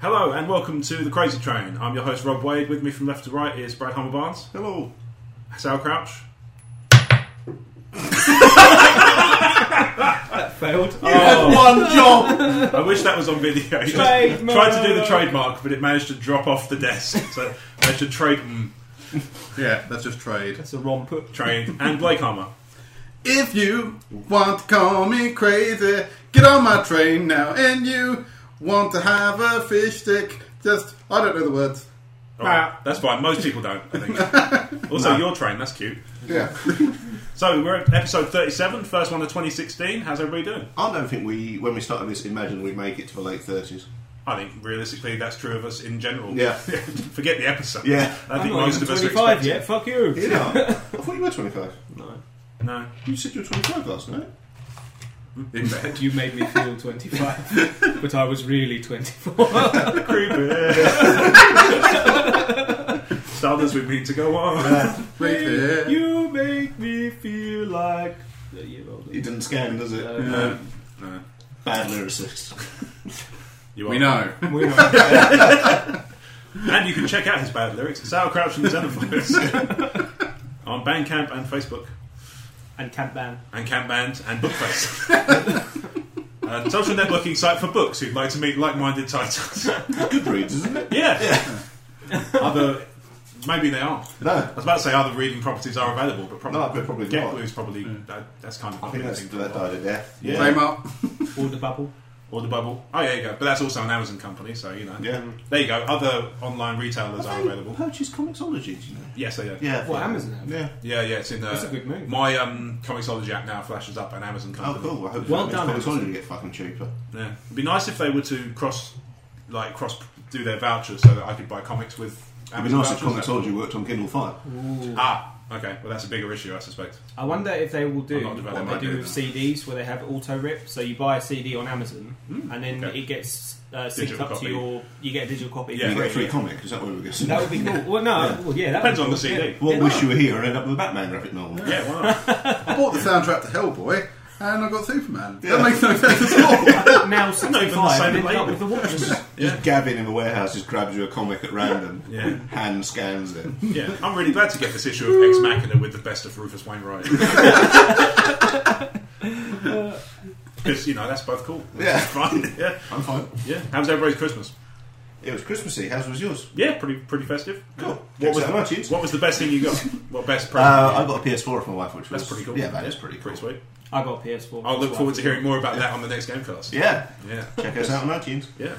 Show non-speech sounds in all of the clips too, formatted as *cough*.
Hello and welcome to The Crazy Train. I'm your host Rob Wade. With me from left to right is Brad Hummer Barnes, Hello. Sal Crouch. Failed. One job. *laughs* I wish that was on video. *laughs* Oh. Trademark. Tried to do the trademark, but it managed to drop off the desk. So I managed to trade mm, yeah, that's just trade. That's a wrong put. trade and Blake Hummer. If you want to call me crazy, get on my train now. And you want to have a fish stick? Just I don't know the words. All right, Ah. That's fine. Most people don't. I think. *laughs* Also, your train. That's cute. Yeah. So we're at episode 37, first one of 2016. How's everybody doing? I don't think we, when we started this, imagined we'd make it to the late 30s. I think realistically that's true of us in general. Yeah. *laughs* Forget the episode. Yeah. I I'm think not most even of us are 25 expecting. yet. Fuck *laughs* you. *laughs* You know, I thought you were 25. No. No. You said you were 25 last night. In bed. You made me feel 25, *laughs* but I was really 24. Creepy. Stardust, we need to go on. Creepy. you make me feel like a year older. It didn't scan, does it? Uh, No. No. Bad *laughs* lyricist. You are. We know. *laughs* We are- And you can check out his bad lyrics. Sauerkraut and the Xenophobes. *laughs* on Bandcamp and Facebook. and Camp Ban. And Campband and *laughs* Bookface. Uh, social networking site for books who'd like to meet like-minded titles. *laughs* Goodreads, isn't it? yeah. Other, maybe they are. No. I was about to say other reading properties are available, but probably, No, but probably Get not. Blue is probably that, that's kind of I think that's, thing. that died at death. Yeah. Frame up. All the bubble. Or the bubble. Oh, yeah, you go. But that's also an Amazon company, so you know. Yeah. There you go. Other online retailers are They available. Purchased Comixology, do you know? Yes, they do. Yeah. Well, Amazon have. Yeah. yeah, yeah, It's in. Uh, That's a good move. My um, Comixology app now flashes up an Amazon Oh, company. cool. I hope Well that done, means Amazon. Comixology get fucking cheaper. Yeah. It'd be nice if they were to cross, like cross, do their vouchers so that I could buy comics with It'd be Amazon nice if vouchers. Comixology worked on Kindle Fire. Ah, okay. Well, that's a bigger issue, I suspect. I wonder if they will I'm do not developing what my they do idea with then. CDs, where they have auto rip. So you buy a CD on Amazon, and then Hmm, okay. it gets uh, synced Digital up copy. to your. You get a digital copy. Yeah, You for get a free. free comic, is that what we were getting? That would be cool. *laughs* Well, no, yeah. well, yeah, that Depends would on be the cool, CD. yeah. What Yeah. wish you were here and end up with a Batman graphic novel. Yeah, why not? I bought the soundtrack to Hellboy, and I got Superman. That makes no sense at all. *laughs* now the 65 same ended label. up with the Watchmen. *laughs* yeah. Gavin in the warehouse just grabs you a comic at random, Yeah. hand scans it. yeah. I'm really glad to get this issue of Ex Machina with the best of Rufus *laughs* Wainwright. *laughs* Because, you know, that's both cool. Yeah. It's fun. *laughs* Yeah. I'm fine. Yeah. How was everybody's Christmas? It was Christmassy. How's was yours? Yeah, pretty pretty festive. Cool. What was, that iTunes? what was the best thing you got? What best present? Uh, I got a PS4 from my wife, which that's was pretty cool. Yeah, that is pretty cool. Pretty sweet. I got a PS4. I'll look forward to hearing more about that on the next Gamecast. *laughs* Yeah, Yeah. check us out on iTunes. *laughs* Yeah.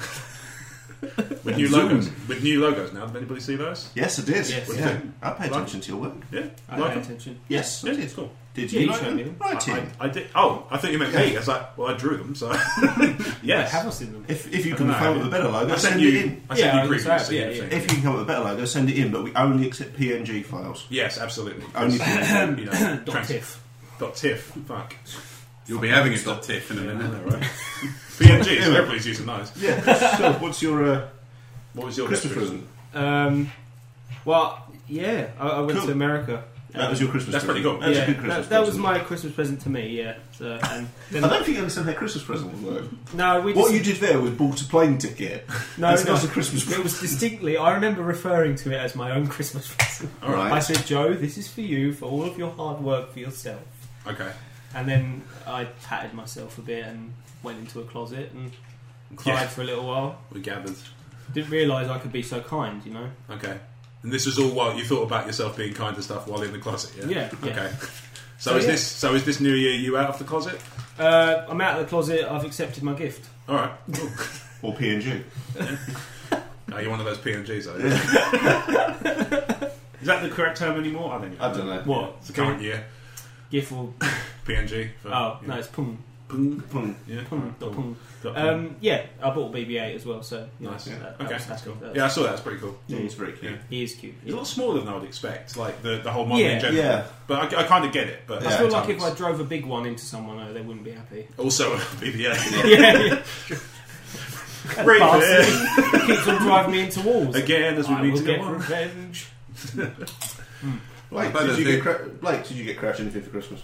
With new logos. With new logos now. Did anybody see those? Yes, it is. Yes. yeah. I pay Like- attention to your work. Yeah. I Like pay 'em? attention. Yes, Yeah, I it's did. cool. Did Yeah, you? you like showed me them? them. Right, I, Tim. I did. Oh, I thought you meant me. I was like, well, I drew them, *laughs* so. Yeah, yes. have I seen them? If, if you I can don't come up know. with a better logo, I sent send you. it in. I sent Yeah, I you was previews. gonna so say, yeah, you yeah. think- If you can come up with a better logo, send it in. But we only accept PNG files. Yes, absolutely. Only Because, you know, *coughs* Dot trans- tiff. Dot tiff. Fuck. You'll be having a dot tiff in a Yeah, I minute. know, right? PNGs. *laughs* Everybody's using those. Yeah. *laughs* so, what's your uh, What was your Christmas best present? Um, well, yeah, I, I went Cool. to America. That was your Christmas. That's pretty cool. present. That was yeah, a good Christmas. that, that was present. my Christmas present to me. Yeah. So, *laughs* and I then, don't think you understand how Christmas present would work. no, we. What just- you did there was bought a plane ticket. No, That's no. not a Christmas present. It was distinctly. I remember referring to it as my own Christmas *laughs* present. All right. I said, "Joe, this is for you for all of your hard work for yourself." Okay. And then I patted myself a bit and went into a closet and cried Yeah, for a little while. we gathered. Didn't realise I could be so kind, you know. Okay. And this was all while you thought about yourself being kind to stuff while in the closet. Yeah. Yeah, yeah. Okay. So, So, is yeah. this so is this New Year you out of the closet? Uh, I'm out of the closet. I've accepted my gift. All right. *laughs* Cool. Or PNG. Are you one of those PNGs? Are you? is *laughs* that the correct term anymore? I think. I don't know. What? It's the current year. Gift or PNG. for- oh yeah. no, it's pum Pung, Pung. Yeah. pum Dot- pum. dot pung. Um, yeah, I bought a BB-8 as well, so you know, Nice. that- Yeah. that okay, was that's cool. that- Yeah, I saw that. It's pretty cool. Yeah, it's very cute. he is cute. It's a yeah. lot smaller than I would expect, like the, the whole model Yeah. in general. Yeah. But I, I kind of get it. But I I yeah, feel like if I drove a big one into someone, though, they wouldn't *laughs* be happy. *laughs* also a BBA yeah, yeah. That Bring bastard keeps on driving me into walls. again, as we I need will to get go on. revenge. Blake, But did I you get think- cra- Blake, did you get Crash anything for Christmas?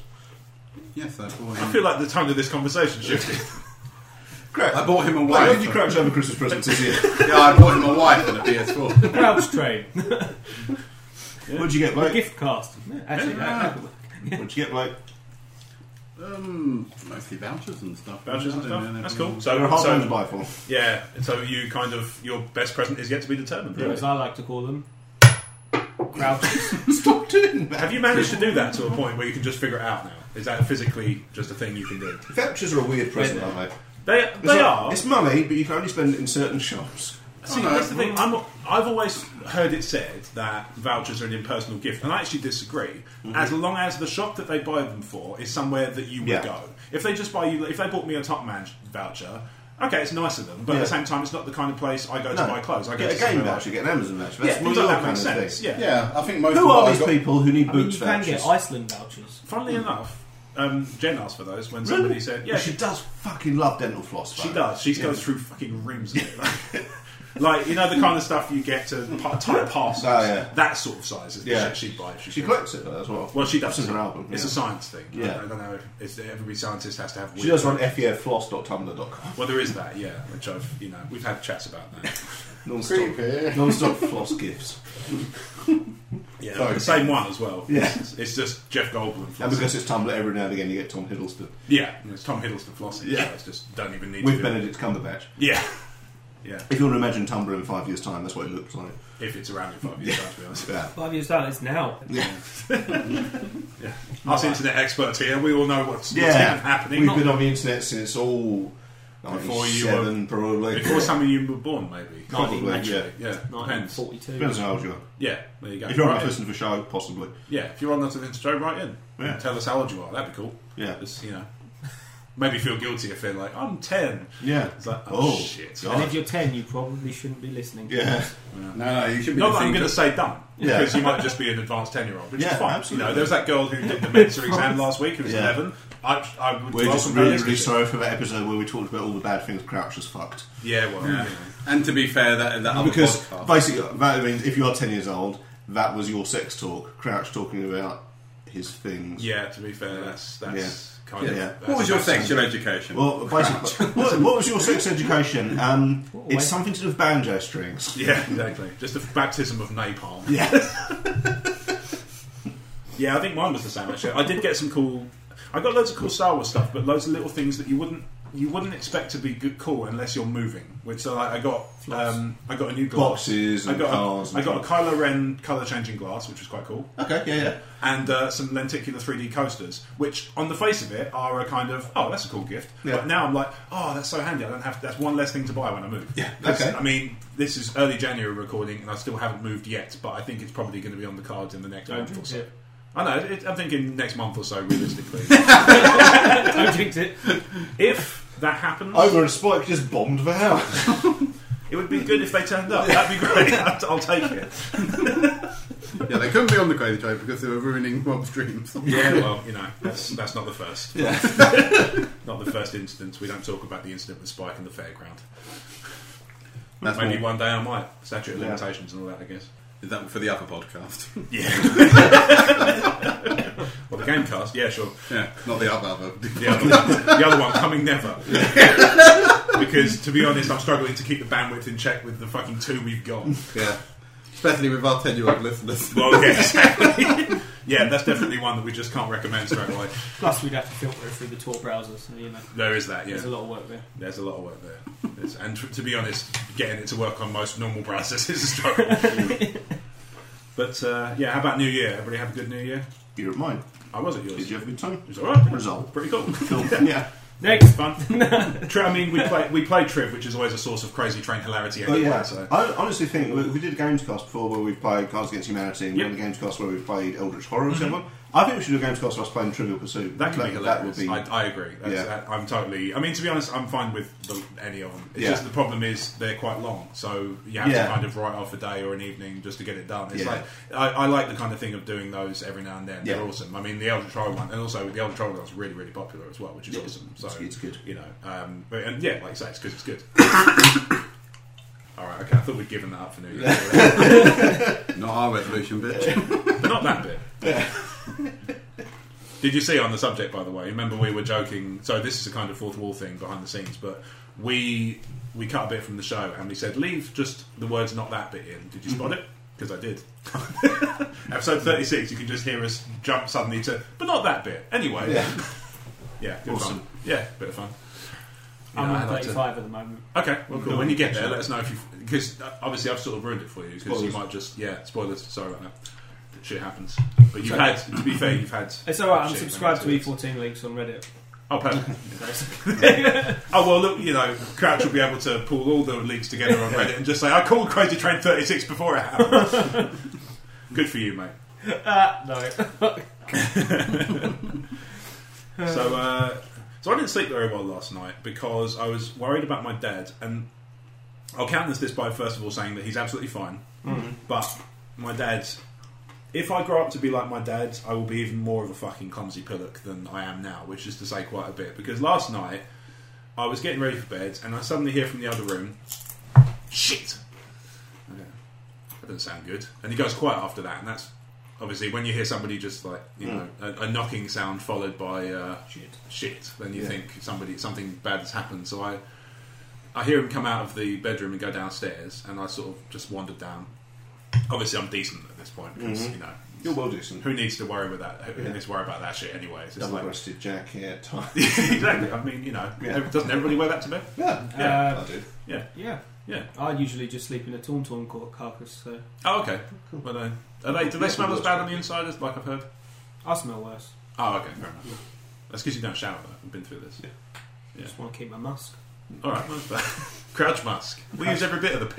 Yes, I bought I him. feel like the tone of this conversation shifted. Crouch. I bought him a Why did wife. you crouch over Christmas presents this year? *laughs* yeah, I bought him a wife and a PS4. Crouch train. What'd you get, A bloke? gift cast. Actually, Yeah. no. What'd you get, bloke? Um, mostly vouchers and stuff. Vouchers and I don't stuff. know, That's everyone- cool. They're So, a hard one to so buy for. *laughs* yeah. So you kind of your best present is yet to be determined. Or as I like to call them, crouches. Stop doing that. Have you managed to do that to a point where you can just figure it out now? Is that physically just a thing you can do? Vouchers are a weird present, aren't they? They, It's they like- are. It's money, but you can only spend it in certain shops. See, that's the thing. I'm, I've always heard it said that vouchers are an impersonal gift, and I actually disagree. Mm-hmm. As long as the shop that they buy them for is somewhere that you would Yeah. go. If they just buy you, if they bought me a Top Man voucher, okay, it's nice of them, but Yeah. at the same time, it's not the kind of place I go to No. buy clothes. I get get a game voucher, get an Amazon voucher. Yeah, That's things your like that kind makes of sense. thing. Yeah. Yeah, I think most. Who of are what I these got- people who need I mean, boots you can vouchers? get Iceland vouchers. Funnily enough, um, Jen asked for those when Really? somebody said, "Yeah, Well, she does fucking love dental floss. She though. does. She goes through fucking rooms of it. Like, *laughs* like, you know the kind of stuff you get to pa- type parcels. Oh, yeah. That sort of size is the Yeah. shit she buys. She She could- collects it though as well. well, she does. This is an album. It's yeah. a science thing. Yeah. I don't know. It's, every scientist has to have. She weird- does run E feffloss.tumblr.com. Well, there is that. Yeah, which I've you know we've had chats about that. Creepy. *laughs* Non-stop, non-stop floss gifts. Yeah, Sorry. the same one as well. Yeah. It's, it's just Jeff Goldblum. And flossing. because it's Tumblr, every now and again you get Tom Hiddleston yeah, and it's Tom Hiddleston flossing. Yeah, Yeah. so it's just don't even need with to. Benedict Cumberbatch. Yeah, yeah. If you want to imagine Tumblr in five years' time, that's what it looks like. If it's around in five years, time, to be *laughs* honest. Yeah. Five years down, it's now. Yeah. Us internet experts here, we all know what's, what's even happening. We've Not- been on the internet since all Before before you you were- were probably. Before some of you were born, maybe. Probably, yeah. Yeah, depends. 1942. Depends on how old you are. Yeah, there you go. If you're Right not in. listening to a show, possibly. yeah, if you're on that event show, write in. Yeah. Tell us how old you are. That'd be cool. Yeah. Just, you know, maybe feel guilty if they're like, I'm 10. Yeah. It's like, oh, Oh, shit. God. And if you're 10, you probably shouldn't be listening. Yeah. No, no, you should be. Not that I'm thinking- going to say dumb, Yeah. because you might just be an advanced 10 year old, which Yeah, is fine. You absolutely. know, there was that girl who did the Mensa *laughs* exam last week who was Yeah. 11. I, I would *laughs* We're just welcome her really, listening. really sorry for that episode where we talked about all the bad things Crouch has fucked. Yeah, well, Yeah. you know. And to be fair, that that other Because podcast- basically, that means if you're 10 years old, that was your sex talk. Crouch talking about his things. Yeah, to be fair, that's, that's kind Yeah. of. Yeah. that's- what was your that's- sexual education? Well, basically, *laughs* what, what was your sex education? Um, What a it's waste. something to do with banjo strings. Yeah, exactly. Just a baptism of napalm. Yeah. *laughs* Yeah, I think mine was the same actually. I did get some cool. I got loads of cool Star Wars stuff, but loads of little things that you wouldn't you wouldn't expect to be good cool unless you're moving. Which so like, I got um, I got a new glass. Boxes I and got cars. a, I got a Kylo Ren color changing glass, which was quite cool, Okay, yeah, yeah. and uh, some lenticular 3D coasters, which on the face of it are a kind of oh that's a cool gift. Yeah. But now I'm like oh that's so handy. I don't have that's one less thing to buy when I move. Yeah, That's- okay. I mean this is early January recording, and I still haven't moved yet, but I think it's probably going to be on the cards in the next Don't month or jinx so. it. *laughs* I know. It, I'm thinking next month or *laughs* so, realistically. Don't jinx it. if that happens, Over a spike just bombed the house. it would be good if they turned up. That'd be great. *laughs* I'd- I'll take it. yeah, they couldn't be on the crazy trade because they were ruining Rob's dreams. Yeah, well, you know, that's that's not the first. *laughs* Yeah. Not the first instance. We don't talk about the incident with Spike in the fairground. That's Maybe more- one day I might. Statute of Yeah. limitations and all that, I guess. Is that for the other podcast? Yeah. *laughs* well, the game cast. Yeah, sure. yeah, not the other other. *laughs* The other, the other one coming never. *laughs* because to be honest, I'm struggling to keep the bandwidth in check with the fucking two we've got. Yeah, especially with our ten-year-old *laughs* listeners. Well, yeah, exactly. *laughs* yeah, that's definitely one that we just can't recommend straight away. Plus, we'd have to filter it through the Tor browser, so you know, There is that, yeah. there's a lot of work there. There's a lot of work there. It's- and t- to be honest, getting it to work on most normal browsers is a struggle. *laughs* but uh, yeah, how about New Year? Everybody have a good New Year? You're at mine. I was at yours. Did you have a good time? It was alright. Result. Pretty *laughs* cool. yeah. Next! *laughs* Fun. Tri- I mean, we play we play Triv, which is always a source of crazy train hilarity But anyway. Oh, yeah, So I honestly think we, we did a games cast before where we played Cards Against Humanity and we Yep. did a games cast where we played Eldritch Horror and so on. I think we should do a games cast of us playing Trivial Pursuit. that could be hilarious. Mm-hmm. That would be. I, I agree. That's, Yeah. that- I'm totally. I mean, to be honest, I'm fine with the, any of them. It's Yeah. just the problem is they're quite long, so you have Yeah. to kind of write off a day or an evening just to get it done. It's Yeah. like I, I like the kind of thing of doing those every now and then. They're Yeah. awesome. I mean, the Elder Troll one, and also the Elder Troll one's really really popular as well, which is awesome. So it's good. You know, um, but, and yeah, like I say, it's because it's good. *coughs* All right, okay. I thought we'd given that up for New Year. *laughs* Not our resolution, bitch. But not that bit. Did you see on the subject, by the way? Remember, we were joking. So this is a kind of fourth wall thing behind the scenes, but we we cut a bit from the show and we said leave just the words "not that bit" in. Did you spot it? Because I did. *laughs* Episode thirty six, you can just hear us jump suddenly to, but not that bit. Anyway, yeah, good Awesome. fun. *laughs* Yeah, bit of fun. You I'm know, I on like to- 35 at the moment. Okay, well, cool. No, when you get sure. there, let us know if you because obviously I've sort of ruined it for you because you Spoilers. might just yeah spoilers. Sorry about that. Shit happens. But you've had to be fair, you've had. It's alright, I'm shit subscribed to E happen E14 Leaks on Reddit. Oh, perfect. *laughs* oh well, look, you know, Crouch will be able to pull all the links together on Reddit and just say, "I called Crazy Train 36 before it happened." *laughs* Good for you, mate. uh, no. So, uh, so I didn't sleep very well last night because I was worried about my dad, and I'll countenance this by first of all saying that he's absolutely fine. Mm, But my dad, if I grow up to be like my dad, I will be even more of a fucking clumsy pillock than I am now, which is to say quite a bit. Because last night I was getting ready for bed, and I suddenly hear from the other room, "Shit!" Okay. That doesn't sound good. And he goes quiet after that, and that's obviously when you hear somebody just like you know a, a knocking sound followed by uh, Shit. shit, then you Yeah. think somebody something bad has happened. So I I hear him come out of the bedroom and go downstairs, and I sort of just wandered down. Obviously, I'm decent at this point because you know Mm-hmm. You're well decent. who needs to worry about that? Who Yeah. needs to worry about that shit anyway? It's just Double like breasted jacket, *laughs* tie. *laughs* exactly. I mean, you know, Yeah. doesn't everybody wear that to bed? yeah, Um, Yeah. Uh, I do. Yeah, yeah. yeah. I usually just sleep in a tauntaun cor- carcass, so Oh, okay. Well, uh, are they, do they Yeah, smell as that's bad good. on the inside as like I've heard? I smell worse. Oh, okay, fair enough. That's because you don't shower. Though. We've been through this. I just want to keep my musk. All right, well, *laughs* crouch mask. We use every bit of the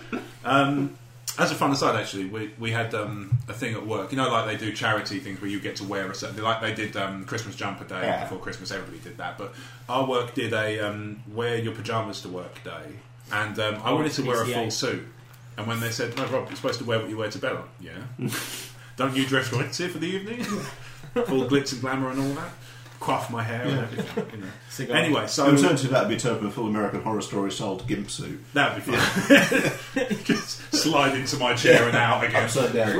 *laughs* pig. um, as a fun aside, actually, we we had um, a thing at work. You know, like they do charity things where you get to wear a certain. Like they did um, Christmas jumper day Yeah. before Christmas. Everybody did that, but our work did a um, wear your pajamas to work day, and um, I wanted to wear a PCA. full suit. And when they said, "No, Rob, you're supposed to wear what you wear to bed on," yeah, don't you dress right here for the *laughs* evening? Full glitz and glamour and all that. Quaff my hair and everything. *laughs* You know. Cigar. *laughs* Anyway, The so alternative that would be Turpin, a full American horror story sold gimp suit. that'd be fun. *laughs* Just slide into my chair and out again. Upside down.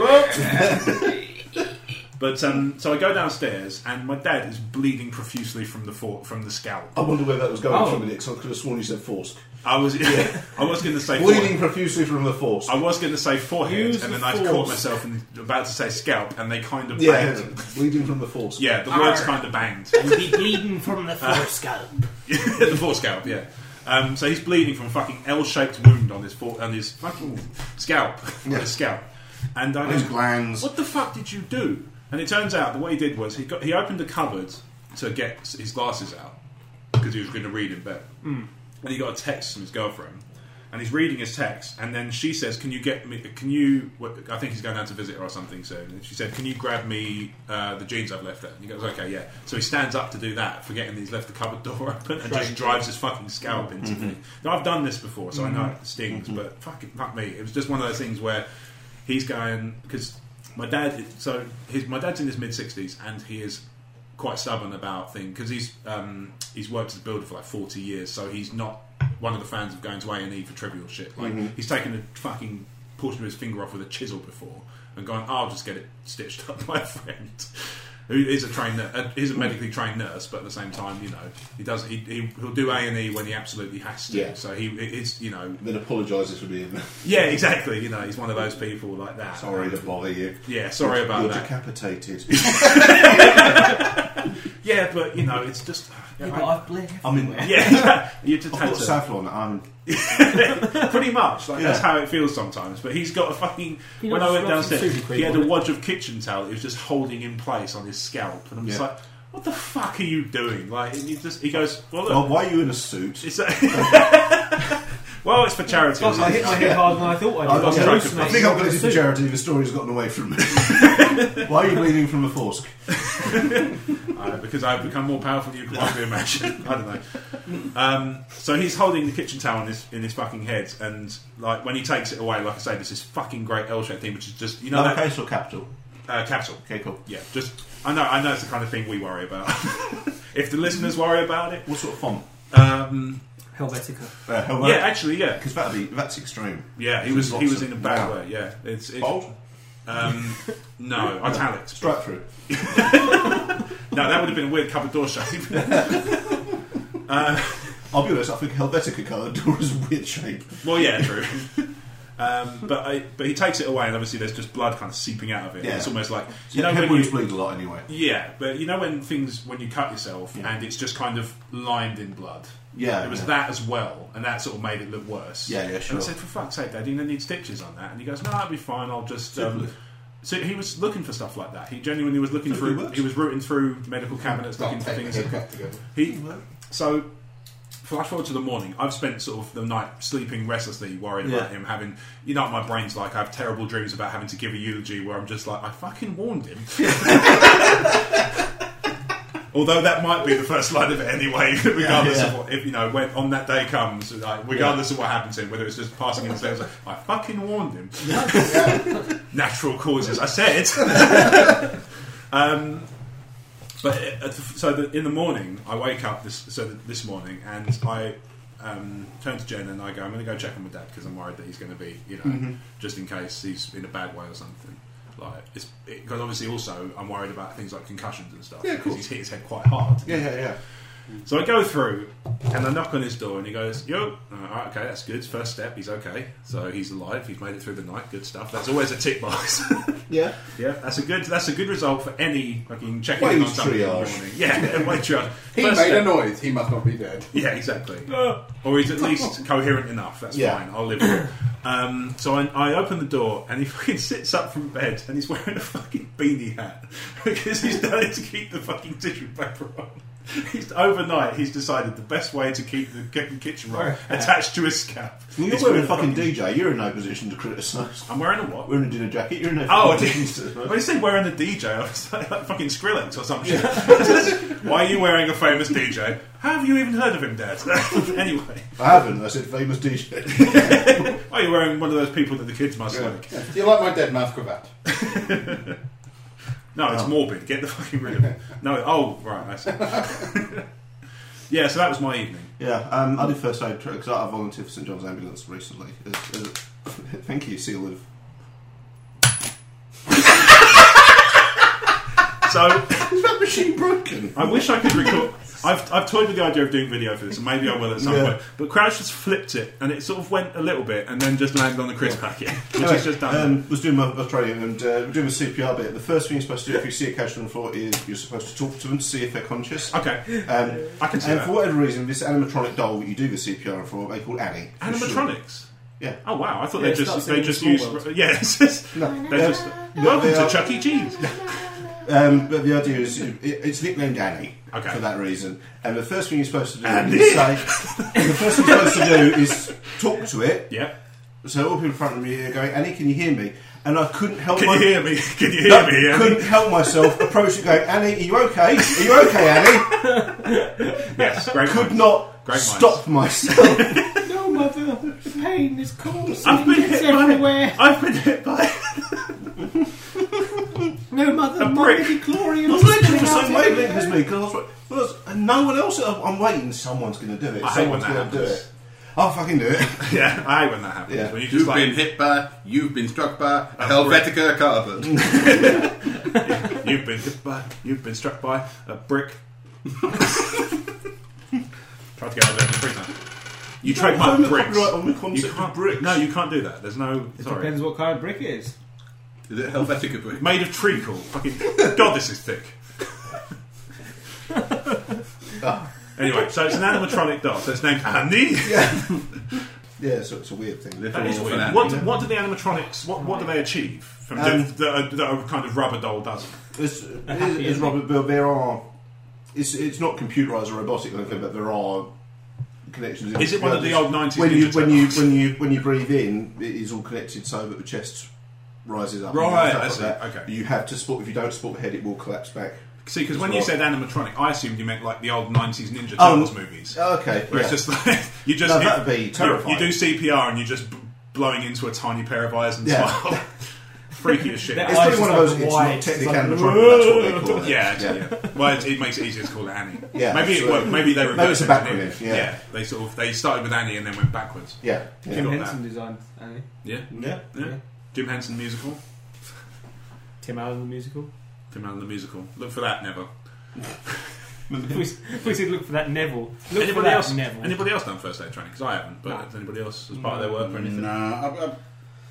But um, so I go downstairs and my dad is bleeding profusely from the for- from the scalp. I wonder where that was going Oh. from, Nick, 'cause I could have sworn you said Forsk. I was *laughs* I was going to say Bleeding profusely from the Forsk. I was going to say forehead, Use and the then I caught force. myself and about to say scalp, and they kind of Yeah, banged. bleeding from the Forsk. Yeah, the Arr. words kind of *laughs* banged. And be bleeding from the Uh, forescalp. *laughs* the four scalp, yeah. Um, so he's bleeding from a fucking L-shaped wound on his fore- on his fucking scalp, *laughs* on his scalp. And I Those go, glands. what the fuck did you do? And it turns out the way he did was he got he opened a cupboard to get s- his glasses out because he was going to read in bed. Mm. And he got a text from his girlfriend, and he's reading his text, and then she says, "Can you get me? Can you? What, I think he's going down to visit her or something soon." And she said, "Can you grab me uh, the jeans I've left there?" And he goes, "Okay, yeah." So he stands up to do that, forgetting that he's left the cupboard door *laughs* open, and just drives his fucking scalp into me. Now I've done this before, so I know it stings, but fucking fuck me, it was just one of those things where he's going because my dad. So his my dad's in his mid sixties, and he is quite stubborn about things because he's um, he's worked as a builder for like forty years, so he's not one of the fans of going to A and E for trivial shit. Like Mm-hmm. he's taken a fucking portion of his finger off with a chisel before and gone, "I'll just get it stitched up *laughs* by a friend." Who is a trained, nur- uh, he's a medically trained nurse, but at the same time, you know, he does he, he he'll do A and E when he absolutely has to. Yeah. So he it's you know, Then apologises for being *laughs* there. yeah, exactly. You know, he's one of those people like that. Sorry to bother you. Yeah, sorry about You're that. decapitated. *laughs* Yeah, but you know, it's just Yeah, but I've bled I mean, yeah, *laughs* you just I've had got to, Saffron. I'm pretty much like that's Yeah. how it feels sometimes. But he's got a fucking. He when I got went some downstairs, super cream he had on a it. wad of kitchen towel. that He was just holding in place on his scalp, and I'm just Yeah. like, "What the fuck are you doing?" Like, and he just he goes, "Well, look, Well, why are you in a suit? it's a *laughs* well, it's for charity." Gosh, I hit my head harder than I thought I I, got did. yeah, I'm Oh, I I think hallucinating. I'm going to do charity. The story's gotten away *laughs* from me. why are you bleeding from a forsk? Uh, because I've become more powerful than you can possibly imagine. *laughs* I don't know. Um, so he's holding the kitchen towel in his in his fucking head, and like when he takes it away, like I say, there's this fucking great L-shaped thing, which is just you know Another that case or capital? uh, capital. Okay, cool. Yeah, just I know I know it's the kind of thing we worry about. *laughs* if the listeners worry about it, What sort of font? um, Helvetica. Uh, helmet. yeah, actually, yeah, because that'd be that's extreme. yeah, he was Lots he was of- in a bad wow. way. Yeah, it's, it's Bold? Um, *laughs* no, italics. Straight through. No, that would have been a weird cupboard door shape. *laughs* I'll be honest, I think Helvetica coloured *laughs* door is a weird shape. Well, yeah, true. *laughs* um, but I, but he takes it away, and obviously there's just blood kind of seeping out of it. Yeah. It's almost like So you know when wounds you, bleed a lot anyway. yeah, but you know when things when you cut yourself Yeah. and it's just kind of lined in blood. Yeah, it was yeah. that as well, and that sort of made it look worse. Yeah, yeah, And sure. I said, for fuck's sake, Dad, you don't need stitches on that. And he goes, no, that'd be fine. I'll just. Um, so he was looking for stuff like that. He genuinely was looking So it through. works. He was rooting through medical cabinets, looking Can't for take the things. that- haircut to go. He so flash forward to the morning. I've spent sort of the night sleeping restlessly, worried about Yeah. him having. You know, what my brain's like I have terrible dreams about having to give a eulogy, where I'm just like, I fucking warned *laughs* him. Although that might be the first line of it anyway, *laughs* regardless yeah. of what, if you know, when on that day comes, like, regardless of what happens to him, whether it's just passing in the stairs, like, I fucking warned *laughs* him. Natural causes, I said. Um, But uh, so the, in the morning, I wake up this so th this morning, and I um, turn to Jen and I go, "I'm going to go check on my dad because I'm worried that he's going to be, you know, Mm-hmm. just in case he's in a bad way or something." Like, it's because obviously also I'm worried about things like concussions and stuff Yeah, of because course. he's hit his head quite hard. Yeah, yeah, yeah. So I go through and I knock on his door and he goes, "Yo, all right, okay, that's good. First step, he's okay. So he's alive. He's made it through the night. Good stuff. That's always a tick box." *laughs* Yeah. Yeah, that's a good that's a good result for any fucking checking Wage in on something in the triage. morning. Yeah, *laughs* wage triage. He First made step- a noise. He must not be dead. Yeah, exactly. Or he's at least coherent enough. That's Yeah. fine. I'll live with it. Um, so I, I open the door and he *laughs* fucking sits up from bed and he's wearing a fucking beanie hat *laughs* because he's done it to keep the fucking tissue paper on. He's, overnight, he's decided the best way to keep the fucking kitchen roll attached to his scalp. You're is wearing with a fucking DJ. You're in no position to criticise. I'm wearing a what? Wearing a dinner jacket. You're in no Oh, I fucking didn't. position to When you said wearing a DJ, I was like, like fucking Skrillex or some *laughs* shit. Why are you wearing a famous DJ? How have you even heard of him, Dad? *laughs* anyway, I haven't. I said famous DJ. why are you wearing one of those people that the kids must like? Do you like my dead mouse cravat? No, Oh. it's morbid. Get the fucking rid of it. No, oh, right, I *laughs* see. yeah, so that was my evening. *laughs* yeah, um, I did first aid because I volunteered for St John's Ambulance recently. As, as a, *laughs* thank you, seal of. So Is that machine broken? I wish I could record. I've, I've toyed with the idea of doing video for this, and maybe I will at some Yeah. point. But Crouch just flipped it, and it sort of went a little bit, and then just landed on the crisp packet, which is just done. Um, was doing my, my training and uh, doing the CPR bit. The first thing you're supposed to do if you see a casual on the floor is you're supposed to talk to them to see if they're conscious. okay, Um, I can see and that. for whatever reason, this animatronic doll that you do the CPR for, they call Annie. for short. Animatronics. Yeah. Oh wow! I thought Yeah, they it just starts they in just Small use World. yeah. It's just, *laughs* No. they just Yeah, welcome they to are- Chuck E. Cheese. Um, but the idea is it, it's nicknamed Annie Okay. for that reason. And the first thing you're supposed to do Annie. is say, the first thing you're supposed to do is talk to it. Yeah. So all people in front of me are going, Annie, can you hear me? And I couldn't help Can my- you hear *laughs* me? Can you hear No, me? Annie? couldn't help myself approach it going, Annie, are you okay? Are you okay, Annie? Yes. Great. Could minds. not Great minds. stop myself. No, mother, the pain is causing I've been hit everywhere. by. I've been hit by. No, mother, brick. mighty glory I and was literally the out same wavelength everywhere. as me because I was right. well, it's- and no one else. I'm I'm waiting. Someone's going to do it. I hate Someone's when that going to do happens. it. I'll fucking do it. *laughs* Yeah, I hate when that happens. Yeah. When you You've just like been hit by, you've been struck by a Helvetica carbon. you've been hit by, you've been struck by a brick. *laughs* Try to get out of there for free time. You I'm trademark not bricks. copyright on the You concept of can't, bricks. No, you can't do that. There's no. Sorry. Depends what kind of brick it is. Is it Helvetica *laughs* brick? Made of treacle. Fucking God, this is thick. Ah. anyway, so it's an animatronic doll. So it's named Andy. Yeah, so it's a weird thing. That is Little weird. Andy. What, do- what do the animatronics? What, what do they achieve from the- Um, that, a- that a kind of rubber doll doesn't? *laughs* It's, happy it's, it's ending. Robert Bill. There are. It's it's not computerised or robotic or anything, but there are connections. in Is it one of the old 90s When you Ninja when you Turtles? when you when you breathe in, it is all connected so that the chest rises up. and Right, stuff I like see, that. okay. You have to support. If you don't support the head, it will collapse back. See, because when It's you said what- animatronic, I assumed you meant like the old '90s Ninja Oh, Turtles movies, Okay. where it's yeah. just like *laughs* you just No, you- that'd be you- terrifying. You, do CPR and you're just b- blowing into a tiny pair of eyes and Yeah. *laughs* smile. Freaky as shit. That It's eyes probably one of just those. like It's wide, not technically it's like- animatronic. That's what they call it. Yeah, yeah. Well, it, it makes it easier to call it Annie. Yeah, maybe it, so- well, maybe they Maybe it's reversed a it, back didn't relief, they? yeah. they sort of they started with Annie and then went backwards. Yeah. yeah. Jim got Henson designed. I think. Yeah, Yeah. yeah. Jim Henson musical. Tim Allen the musical. Tim Allen the musical. Look for that, Neville. we, *laughs* *laughs* we said look for that Neville. Look for Anybody that else? Neville. Anybody else done first aid training? Because I haven't. But No. has anybody else as part of their work or anything? No, I've, I've,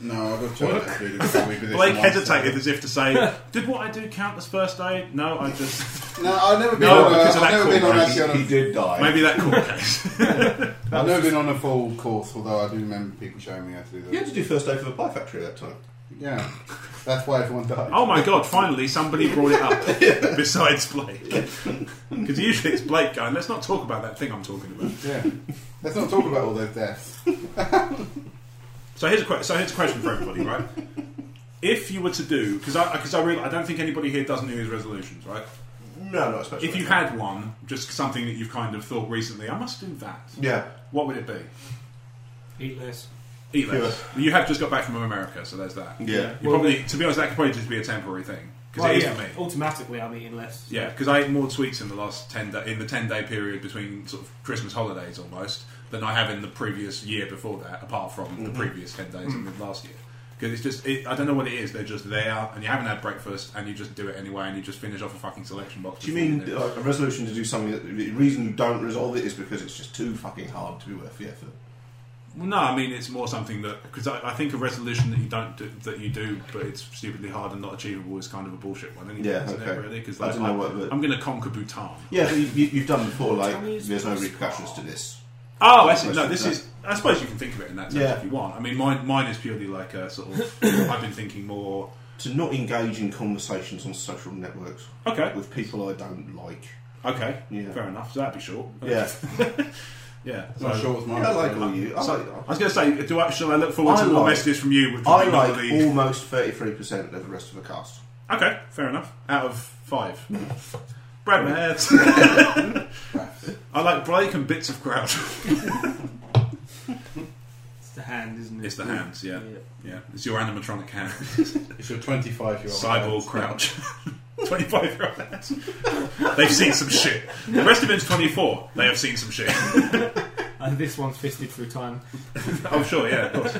no, I've got tried that food before we did this Blake once. hesitated as if to say, "Did what I do count as first aid?" No, I just No, I've never been No, on. A, because I've of that never been call, on right? actually on a He did die. maybe that court case. I've never been on a full course, although I do remember people showing me how to do that. You had to do first aid for the pie factory at that time. Yeah. That's why everyone died. oh my god! Finally, somebody brought it up. Besides Blake, because usually it's Blake going. Let's not talk about that thing I'm talking about. Yeah. Let's not talk about all those deaths. So here's a que- so here's a question for everybody, right? if you were to do because I because I really I don't think anybody here does New Year's resolutions, right? No, not especially. If you had one, just something that you've kind of thought recently, I must do that. Yeah. What would it be? Eat less. Eat less. You have just got back from America, so there's that. Yeah. You Well, probably, to be honest, that could probably just be a temporary thing because Well, it is yeah, for me. Automatically, I'm eating less. Yeah, because I ate more sweets in the last ten day, in the ten day period between sort of Christmas holidays almost than I have in the previous year before that, apart from the previous ten days in the last year. Because it's just it, I don't know what it is. They're just there, and you haven't had breakfast, and you just do it anyway, and you just finish off a fucking selection box. Do you before mean do it. like, a resolution to do something that the reason you don't resolve it is because it's just too fucking hard to be worth the effort? Well, no, I mean it's more something that because I, I think a resolution that you don't do, that you do, but it's stupidly hard and not achievable is kind of a bullshit one. Anyway, Yeah, isn't okay. it, really? Because I like, don't know what the- I'm going to conquer Bhutan. Yeah, but you, you, you've done before, like, Tell me it's there's no possible. repercussions to this. Oh, I see. No, Question, this no. is. I suppose you can think of it in that sense Yeah. if you want. I mean, mine, mine is purely like a sort *coughs* of. I've been thinking more. To not engage in conversations on social networks Okay, with people I don't like. okay, Yeah. fair enough. So that'd be short. Yeah, yeah. I'm not sure what's mine. I like all you. I So, like, I was going to say, do I, shall I look forward I to more like- messages from you? Which I would be like lovely. almost 33% of the rest of the cast. Okay, fair enough. Out of five, *laughs* Brad Mads. I like Blake and bits of crowd. It's the hand, isn't it? it's the hands, yeah, yeah. It's your animatronic hand, It's your 25 year old. cyborg *laughs* crouch. Twenty-five year old hands. They've seen some shit. The rest of it's twenty-four. They have seen some *laughs* shit. And this one's fisted through time. Oh, sure, yeah, of course.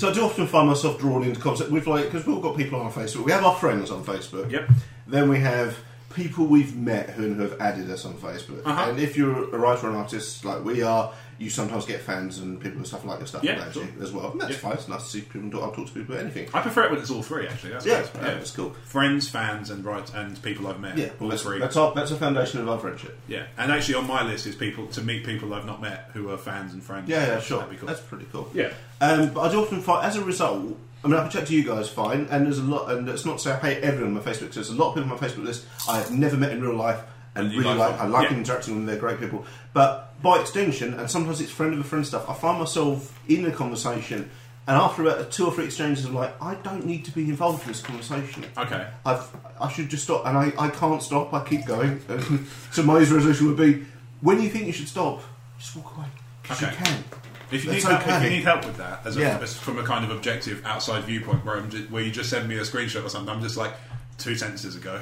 So I do often find myself drawn into concept with like because we've all got people on our Facebook. We have our friends on Facebook. Yep. Then we have people we've met who have added us on Facebook. Uh-huh. And if you're a writer or an artist like we are, you sometimes get fans and people and stuff like your stuff Yeah, around sure. you as well. And that's Yeah. fine. It's nice to see people. And talk, I'll talk to people about anything. I prefer it when it's all three, actually. That's Yeah, nice. yeah, that's cool. Friends, fans, and right and people I've met. Yeah, all well, that's, three. that's our that's a foundation of our friendship. yeah, and actually on my list is people to meet people I've not met who are fans and friends. Yeah, yeah, sure. That'd be cool. That's pretty cool. yeah, Um, but I do often find, as a result, I mean, I can chat to you guys fine, and there's a lot, and it's not to say I hate everyone on my Facebook, 'cause there's a lot of people on my Facebook list I have never met in real life, and And you really like like, I them. like Yeah. interacting with them, they're great people. But by extension, and sometimes it's friend of a friend stuff, I find myself in a conversation, and after about two or three exchanges, I'm like, I don't need to be involved in this conversation. okay. I've, I should just stop, and I, I can't stop, I keep going. *laughs* so my resolution would be when you think you should stop, just walk away. 'cause Okay. you can. If you, need That's help, if okay. you need help with that, as a, Yeah. as from a kind of objective outside viewpoint, where, I'm just, where you just send me a screenshot or something, I'm just like two sentences ago,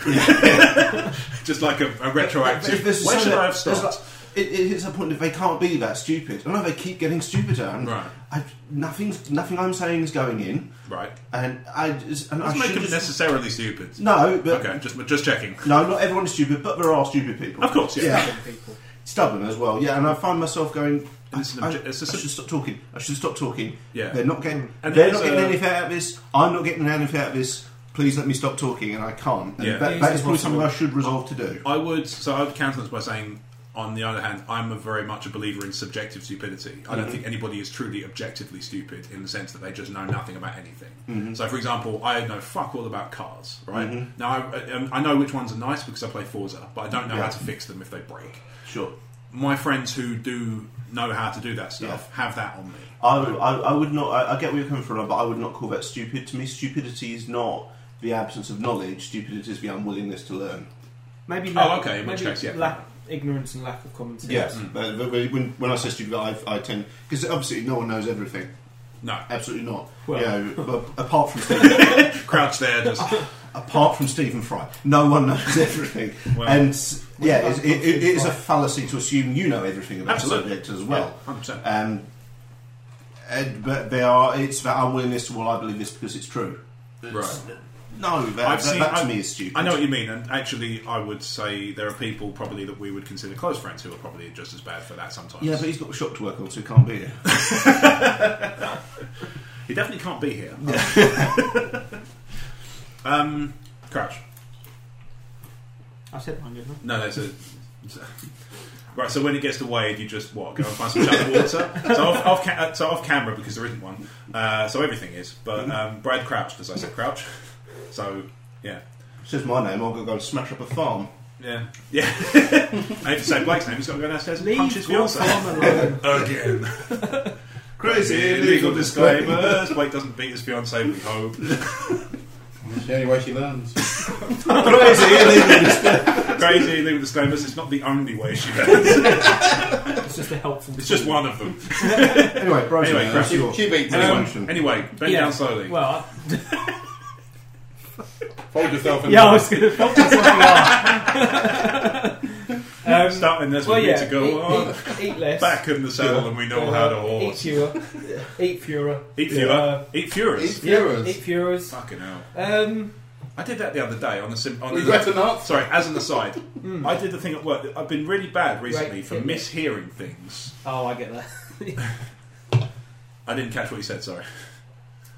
*laughs* just like a, a But retroactive. if this is Where something should I have that- there's stopped? like- it, it hits a point that they can't be that stupid. I know they keep getting stupider. And Right. I, nothing's nothing I'm saying is going in, right, and I just, and I doesn't make should them just, necessarily stupid. no, but Okay, just just checking. no, not everyone's stupid, but there are stupid people. Of course, yeah. yeah, Different people. stubborn as well. Yeah, and I find myself going. I, And it's an I- obje- it's a I sub- should stop talking. I should stop talking. Yeah. they're not getting. And they're there's not getting a- anything out of this. I'm not getting anything out of this. Please let me stop talking, and I can't. And Yeah. that, Please that is do probably what's something I should resolve to do. I would so I would counter this by saying, on the other hand, I'm a very much a believer in subjective stupidity. I Mm-hmm. don't think anybody is truly objectively stupid in the sense that they just know nothing about anything. Mm-hmm. So, for example, I know fuck all about cars. Right now, I, um, I know which ones are nice because I play Forza, but I don't know how Yeah. to fix them if they break. Sure. My friends who do know how to do that stuff have that on me. I would, I, I would not. I, I get where you're coming from, but I would not call that stupid. To me, stupidity is not the absence of knowledge. Stupidity is the unwillingness to learn. Maybe. Oh, okay, in which maybe case, yeah. Lack, ignorance and lack of common sense. Yes. But- but When, when I say stupid, I, I tend because obviously no one knows everything. No, Absolutely not. Well. Yeah. but apart from Stephen, crouch there, just *laughs* apart from Stephen Fry, no one knows everything. Well. and s- yeah, What it's, about it, it, it is a Stephen Fry? fallacy to assume you know everything about Absolutely. the subject as well. hundred percent. Um, and, but they are. It's that unwillingness to well, I believe this because it's true. Right. No, that, I've that, seen- that to I- me is stupid. I know what you mean, and actually, I would say there are people probably that we would consider close friends who are probably just as bad for that sometimes. Yeah, but he's got a shop to work on, so he can't be here. he definitely can't be here. *laughs* um, crash. I said "Oh, mine, didn't I? No, that's a. Right, so when it gets to Wade, you just what go and find some shallow water. So off, off ca- uh, so off camera because there isn't one. Uh, so everything is, but um, Brad crouched as I said crouch. So yeah, Says my name, I'll go go and smash up a farm. yeah, yeah. *laughs* and if you say Blake's name, he's got to go downstairs and punch his Leave your fiance farm alone. again. Crazy Illegal disclaimers. Blake doesn't beat his fiance. We hope. It's the only way she learns. Crazy *laughs* illegal Crazy illegal disclaimers. It's not the only way she does. It's just a helpful. It's just one of them. Anyway, Bryce, Anyway, that's Crash. *laughs* your- She beat Um, you. Situation. anyway, bend Yeah. down slowly. Well, I, Fold yourself in yeah, I the was going to help myself laugh. *laughs* um, Start in this well, we need yeah, to go on. eat, eat, eat less. back in the saddle and we know Uh, how to Eat horse. fewer. eat fewer. Eat fewer. Uh, eat furious. Eat- yeah, Fewers. Eat fewers. Fucking hell. Um, I did that the other day on the sim. On Regret the, or not? sorry, as an aside, I did the thing at work. that I've been really bad recently Hmm. Right, for yeah. mishearing things. oh, I get that. I didn't catch what you said. Sorry.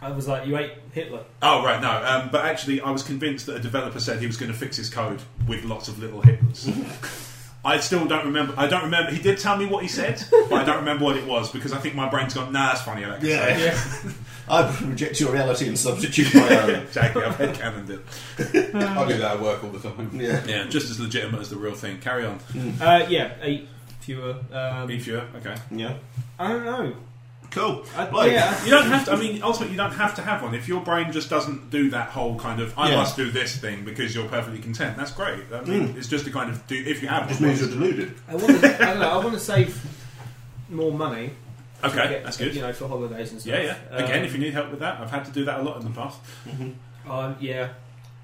I was like, you ate *laughs* Hitler. Oh right, no. Um, but actually, I was convinced that a developer said he was going to fix his code with lots of little Hitlers. I still don't remember. I don't remember. He did tell me what he said, but I don't remember what it was because I think my brain's gone. Nah, it's funny. I don't *laughs* Yeah. say. I reject your reality and substitute *laughs* my own. exactly. I've headcanoned it. I do that at work all the time. Yeah. Yeah, just as legitimate as the real thing. Carry on. Uh, yeah, eight fewer. Um, Eat fewer. Okay. Yeah. I don't know. Cool. I, Like- yeah, You don't have to. I mean, ultimately, you don't have to have one. If your brain just doesn't do that whole kind of "I Yeah. Mm. must do this thing" because you're perfectly content, that's great. I mean, it's just a kind of do if you have Just one. means you're deluded. I want to. I, don't know, I want to save more money. to Okay, get, that's good. You know, for holidays and stuff. Yeah, yeah. Again, Um, if you need help with that, I've had to do that a lot in the past. Um, yeah,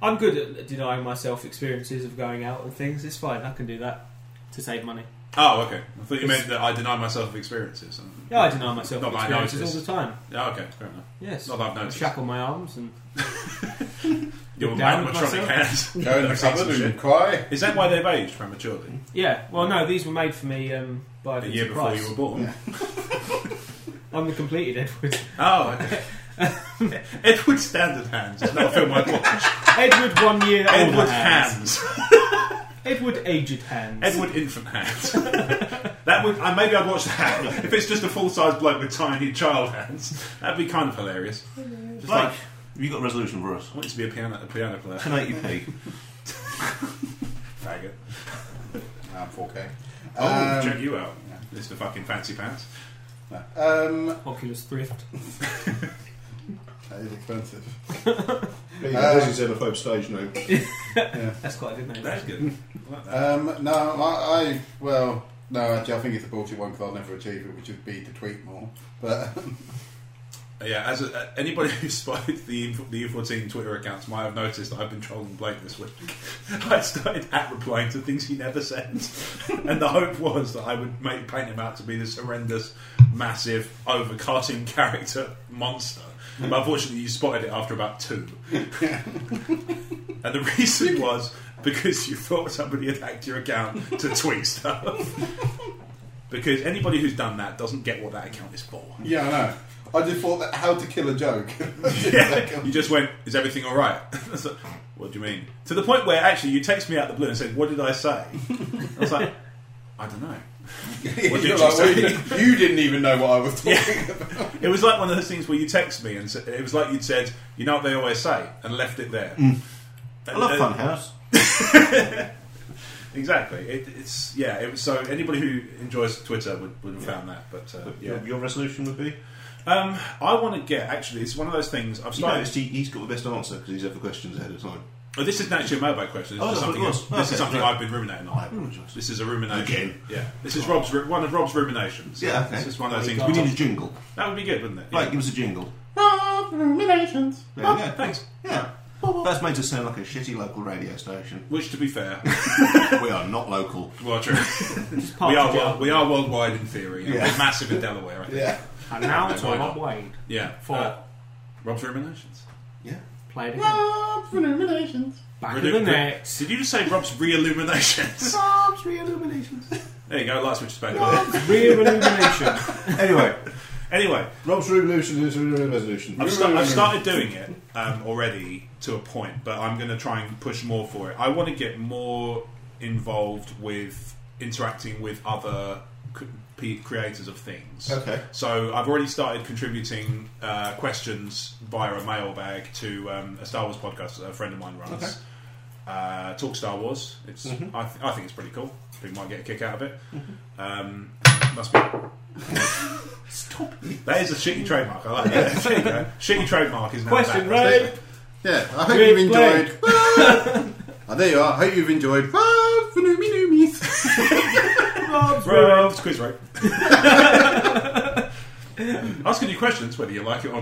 I'm good at denying myself experiences of going out and things. It's fine. I can do that to save money. Oh, okay. I thought you meant that I deny myself experiences. Yeah, I deny myself Not that I experiences all noticed. the time. Yeah, okay, fair enough. Yes, Not that I've I noticed. shackle my arms and Your Down animatronic with myself. hands. Go in the cupboard and cry. Is that why they've aged prematurely? yeah. Well, no, these were made for me um, by A Vincent year before Price. you were born. I'm the completed Edward. *laughs* Oh, okay. *laughs* Edward Standard Hands is not a film *laughs* I'd watch. Edward one year Edward older hands. Hands. Edward aged hands. Edward Infant *laughs* Hands. that would uh, maybe I'd watch that if it's just a full size bloke with tiny child hands. That'd be kind of hilarious. Just like, Blake, have you got a resolution for us? I want you to be a piano a piano player. 1080p. Faggot. Ah, 4K. Oh, Um, check you out, Mr. Fucking Fancy Pants. Um, Oculus Thrift. that is *laughs* expensive. Um, There's his xenophobe stage name. That's quite a good name. That's good. I like that. Um, no, I, I well, no, actually, I think it's a bullshit one because I'll never achieve it, which is be to tweet more. But *laughs* yeah, as a, uh, anybody who spotted the Inf- the U14 Twitter accounts might have noticed that I've been trolling Blake this week. *laughs* I started at replying to things he never sends, *laughs* and the hope was that I would make paint him out to be this horrendous, massive, over cartoon character monster. But unfortunately, you spotted it after about two, and the reason was because you thought somebody had hacked your account to tweet stuff. Because anybody who's done that doesn't get what that account is for. yeah, I know. I just thought that how to kill a joke. *laughs* Yeah. um, You just went, is everything all right? *laughs* It's like, what do you mean? To the point where actually you text me out the blue and said, what did I *laughs* say? I was like, I don't know. What did you You're like, say? well, you didn't even know what I was talking It was like one of those things where you text me and s- it was like you'd said, you know what they always say, and left it there. Mm. I love Funhouse. Exactly. It, it's yeah. It was, so anybody who enjoys Twitter would, would have found that. But uh, yeah, Your, your resolution would be? um, I want to get actually. It's one of those things. I've You started. noticed he, he's got the best answer because he's ever questions ahead of time. oh, this isn't actually a mailbag question. This Oh, is that's what something. it was. else. This Okay. is something I've been ruminating on. I apologise. This is a rumination. Again. Yeah. This is Rob's ru- one of Rob's ruminations. Yeah, okay. This is one of those Oh, things. God. We We need need a jingle. that would be good, wouldn't it? Blake, give us a jingle. about. Ruminations. There we go. Thanks. Yeah. That's made us sound like a shitty local radio station. Which, to be *laughs* fair, we are not local. well, true. Just we are world, partridge up. we are worldwide in theory. and Yeah. We're massive in Delaware. I think. Yeah. And now Yeah, to why Rob not? Wade. Yeah. For Uh, Rob's ruminations. Yeah. Play it again. Rob's illuminations. Back of the net. Did you just say Rob's *laughs* re-illuminations? Rob's re-illuminations. there you go, light switch is back on. *laughs* Real illumination. anyway, Anyway, Rob's revolution is a resolution. I've, sta- I've started doing it um, already to a point, but I'm going to try and push more for it. I want to get more involved with interacting with other c- pe- creators of things. Okay. So I've already started contributing uh, questions via a mailbag to um, a Star Wars podcast that a friend of mine runs. Uh, Talk Star Wars. It's I, th- I think it's pretty cool. People might get a kick out of it. Um, must be stop it. that is a shitty trademark. I like that. there you go. Shitty trademark is now Question, back. right? Yeah, I hope Great you've *laughs* enjoyed. Ah, there you are. I hope you've enjoyed. Ah, Rob's illuminations. Rob's Bro, ruined. it's quiz right. *laughs* Asking you questions, whether you like it or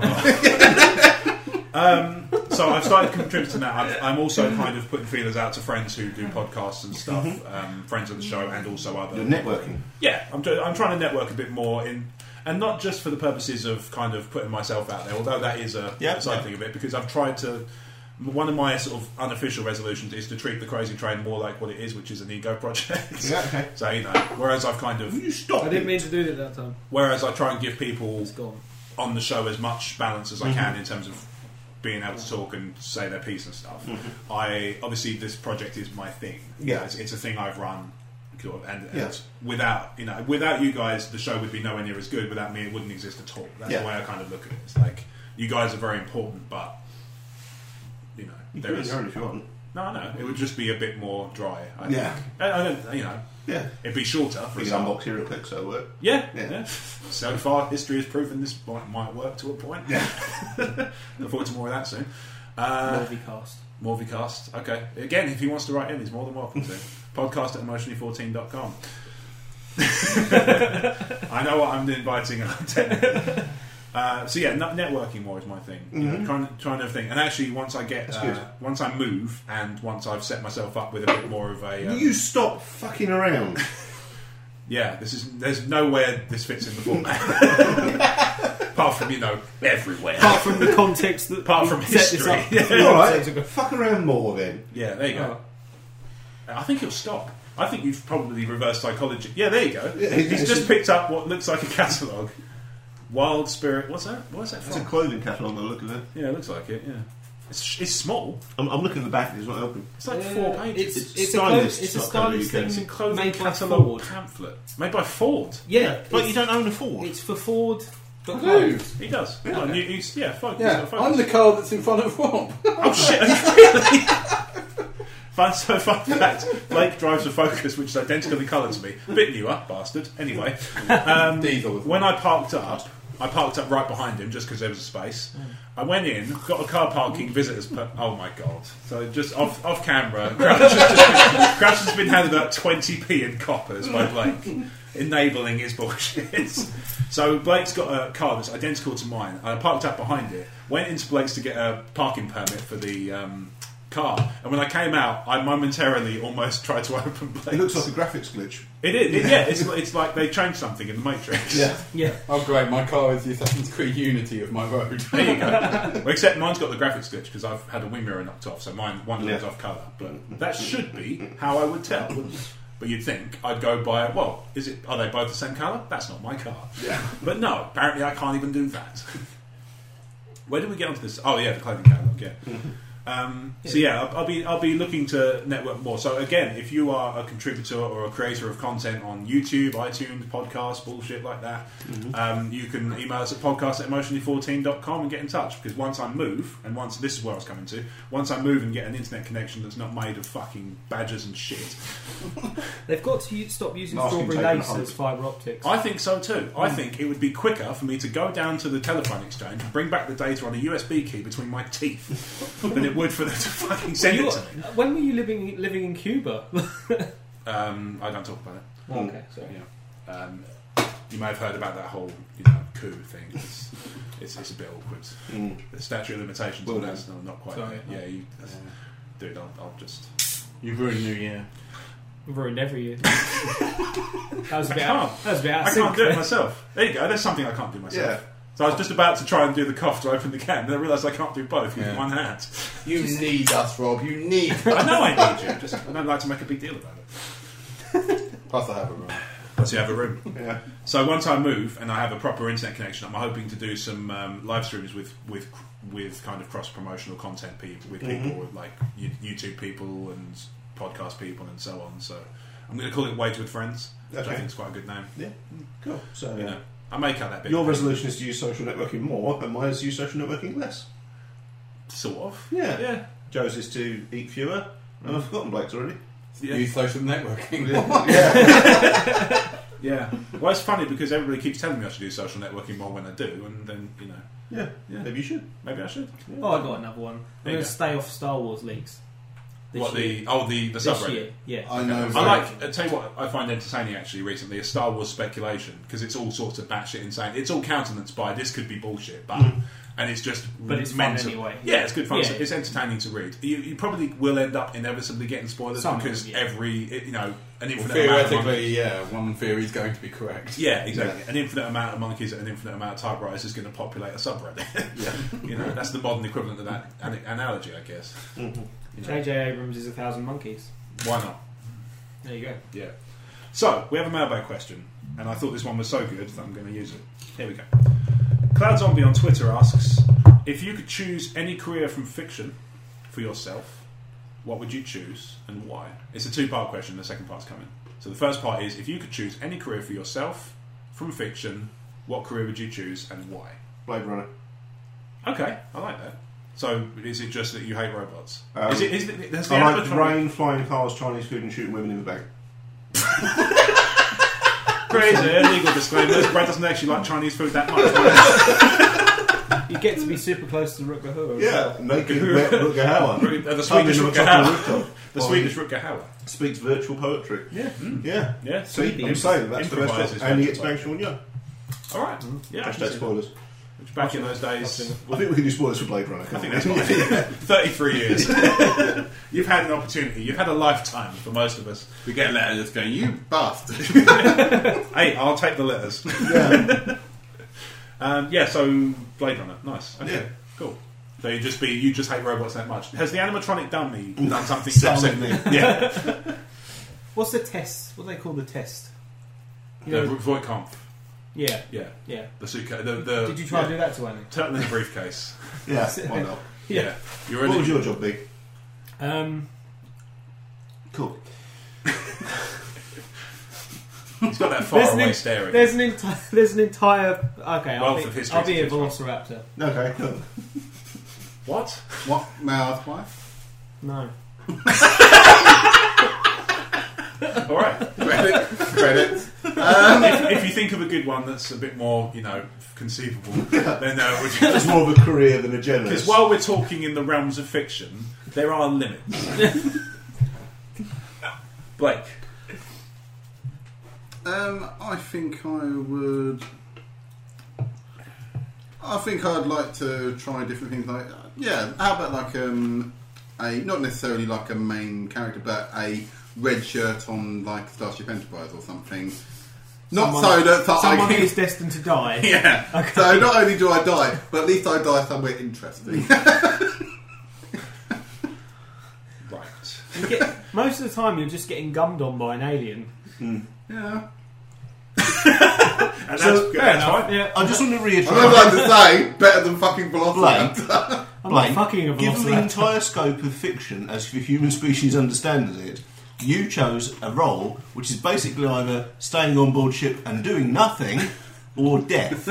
not. *laughs* um, so I've started contributing that. I've, I'm also kind of putting feelers out to friends who do podcasts and stuff, um, friends of the show, and also other Mm-hmm. You're networking. yeah, I'm, do- I'm trying to network a bit more in, and not just for the purposes of kind of putting myself out there, although that is a Yeah, side yeah. thing of it, because I've tried to. One of my sort of unofficial resolutions is to treat the crazy train more like what it is, which is an ego project. Yeah, okay. *laughs* so you know, whereas I've kind of You stop I didn't mean to do it that time. whereas I try and give people It's gone. on the show as much balance as I Mm-hmm. can in terms of being able to talk and say their piece and stuff. I obviously this project is my thing. Mm-hmm. Yeah. it's, it's a thing I've run. sort of, And, and Yeah. without you know, without you guys, the show would be nowhere near as good. Without me, it wouldn't exist at all. That's Yeah. the way I kind of look at it. It's like you guys are very important, but you know, You there can is go if you want. no, no. It would just be a bit more dry. I Yeah. think. I, I don't, you know, Yeah. it'd be shorter. For We can example. unbox here real quick, so it'll work. Yeah, Yeah. yeah. So far, history has proven this might, might work to a point. Yeah. *laughs* Look forward to more of that soon. Uh, Movie cast. Morvicast. Okay. Again, if he wants to write in, he's more than welcome *laughs* to. Podcast at *laughs* emotionally14.com. I know what I'm inviting. and I'm *laughs* telling. Uh, so yeah, n- networking more is my thing. You know, kind of, trying to think, and actually, once I get, good. uh, once I move, and once I've set myself up with a bit more of a, um, You stop fucking around. yeah, this is there's nowhere this fits in the format. Apart from you know everywhere. *laughs* Apart from the context that Apart we from set this history. up. *laughs* Yeah. All right, fuck around more then. Yeah, there you go. I think he'll stop. I think you've probably reversed psychology. Yeah, there you go. he's- He's just picked up what looks like a catalogue. Wild spirit. What's that? What's that It's a from? clothing catalogue. I look at it. Yeah, it looks like it. Yeah, it's, it's small. I'm, I'm looking at the back. and It's not helping. It's like four Uh, pages. It's, It's it's, a, clo- stylist, it's a not clothing, stylist you thing can- a clothing made by catalogue Ford. pamphlet made by Ford. Yeah, But it's- you don't own a Ford. It's for Ford. But Dude, He does. Yeah, oh, and you, he's, yeah, focus. yeah, focus. I'm the car that's in front of Rob. Oh *laughs* shit! really? Fun, so fun fact: Blake drives a Focus, which is identically coloured to me. A bit newer, bastard. Anyway, um, *laughs* Diesel. when I parked up, I parked up right behind him just because there was a space. I went in, got a car parking visitors. Per- oh my god! So just off off camera, Crouch has, just been, Crouch has been handed about twenty p in coppers by Blake, enabling his bullshit. So Blake's got a car that's identical to mine. I parked up behind it, went into Blake's to get a parking permit for the. Um, Car and when I came out, I momentarily almost *laughs* tried to open. Blake's. It looks like a graphics glitch. It is, it- yeah. *laughs* It's, it's like they changed something in the Matrix. Yeah. Yeah. Oh great, my car is the Assassin's Creed Unity of my road. There you go. well, except mine's got the graphics glitch because I've had a wing mirror knocked off, so mine one looks Yeah. off colour. But that should be how I would tell. But you'd think I'd go by well, is it? Are they both the same colour? That's not my car. Yeah. But no, apparently I can't even do that. Where did we get onto this? Oh yeah, the clothing catalogue. Yeah. Um, so yeah, I'll, I'll be I'll be looking to network more. So again, if you are a contributor or a creator of content on YouTube, iTunes, podcasts, bullshit like that, um, you can email us at podcast at emotionally14.com and get in touch. Because once I move, and once this is where I was coming to, once I move and get an internet connection that's not made of fucking badgers and shit, They've got to u- stop using Masking strawberry tape and lace hope. as fibre optics. I think so too. I think it would be quicker for me to go down to the telephone exchange and bring back the data on a USB key between my teeth *laughs* than it would for them to fucking send You- it Mm. to me. when were you living living in Cuba? *laughs* Oh, Um, I don't talk about it. okay, sorry. Yeah. Um, you may have heard about that whole you know, coup thing. It's, it's, it's a bit awkward. Mm. The statute of limitations Well on that's not, not quite. Sorry. yeah, you, that's- dude, I'll, I'll just. *laughs* You've ruined New Year. Ruined every *laughs* year. that was a bit I out. can't. That was a bit out. of I can't sync do it there. *laughs* myself. There you go. There's something I can't do myself. So I was just about to try and do the cough to open the can, then I realised I can't do both with Yeah. one hand. *laughs* You need us, Rob. You need. I know I need you, just I don't like to make a big deal about it. Plus, I have a room. Plus, you have a room. Yeah. So once I move and I have a proper internet connection, I'm hoping to do some um, live streams with with with kind of cross promotional content people with people Mm-hmm. like you- YouTube people and podcast people and so on. So I'm going to call it Wades with Friends, which I Okay. think is quite a good name. Yeah. Cool. So You know, I may cut that bit. your resolution is to use social networking more, and mine is to use social networking less. sort of. Yeah. yeah. Joe's is to eat fewer, and I've forgotten Blake's already. Yeah. Use social *laughs* networking. yeah. Yeah. Well, it's funny because everybody keeps telling me I should do social networking more when I do, and then you know yeah. Yeah. Maybe you should. maybe I should. Oh, I got another one. I'm There going you to go. stay off Star Wars leaks. This what year. the oh the the This subreddit. year, yeah. I know. I like. I tell you what, I find entertaining actually recently is Star Wars speculation because it's all sorts of batshit insane. It's all countenanced by this could be bullshit, but Mm. and it's just But it's fun mental. anyway. Yeah, it's good fun. Yeah. It's entertaining to read. You, you probably will end up inevitably getting spoilers Some because will, yeah. every you know an Well, infinite amount of monkeys- theoretically, yeah, one theory is going to be correct. yeah, exactly. An infinite amount of monkeys and an infinite amount of typewriters is going to populate a subreddit. Yeah. *laughs* you know, that's the modern equivalent of that an- analogy, I guess. J.J. Abrams is a thousand monkeys. Why not? There you go. Yeah. So, we have a mailbag question, and I thought this one was so good that I'm going to use it. Here we go. Cloud Zombie on Twitter asks If you could choose any career from fiction for yourself, what would you choose and why? It's a two part question, the second part's coming. So, the first part is If you could choose any career for yourself from fiction, what career would you choose and why? Blade Runner. Okay, I like that. So, is it just that you hate robots? Um, is it, is it, has the I like Avatar- rain, flying cars, Chinese food, and shooting women in the back. Crazy, illegal disclaimers. Brad doesn't actually like Chinese food that much. You get to be super close to Rutger Yeah, naked *laughs* wet Rutger Hauer. the Climbing Swedish on Rutger the top Hauer. of the rooftop. The *laughs* Well, Swedish Rutger Hauer. Speaks virtual poetry. Yeah. Yeah. Yeah, See, Swedish. I'm saying that's the best. Improvises one. And he gets virtual back Sean Young. All right. Yeah. I can Hashtag see spoilers. that. Back in those days, I think we can do spoilers for Blade Runner. I can't think we? that's what *laughs* *laughs* Thirty-three years. You've had an opportunity. You've had a lifetime for most of us. *laughs* We get a letter that's going, you Bust. *laughs* Hey, I'll take the letters. *laughs* um, yeah. So Blade Runner. Nice. Okay. Yeah. Cool. So you just be you just hate robots that much. Has the animatronic dummy done *laughs* something? to Sound upset- like me. Yeah. *laughs* What's the test? What do they call the test? You The know, Voight-Kampf. yeah, Yeah. yeah. The suitcase. The, the Did you try Uh, yeah. and do that to Annie? Turtle in the briefcase. Yeah, why *laughs* not? Yeah. *laughs* Yeah. You're in What it. was your job, Big? Um, Cool. He's got that There's far an away in- staring. there's an entire. *laughs* There's an entire. Okay, I'll Wealth be, of history I'll be to a choose from. Velociraptor. Okay, cool. What? what? May I ask why? No. All right. Credit. Credit. Um, if, if you think of a good one that's a bit more, you know, conceivable, *laughs* then uh, would you? *laughs* It's more of a career than a Because journalist. while we're talking in the realms of fiction, there are limits. *laughs* Blake, Um, I think I would. I think I'd like to try different things. Like, yeah, how about like um, a not necessarily like a main character, but a red shirt on like Starship Enterprise or something. Not so Someone- that, that I Someone can- who's destined to die. *laughs* yeah. So not only do I die, but at least I die somewhere *laughs* interesting. *laughs* right? You get- most of the time, you're just getting gummed on by an alien. yeah. And that's, So- yeah, that's Now, fine. Yeah, I just want *laughs* to reiterate. I *laughs* remember like to say better than fucking Velociraptor. Blake, I'm Blake, not fucking a given the Velociraptor. entire scope of fiction as the human species understands it, you chose a role which is basically either staying on board ship and doing nothing *laughs* or death.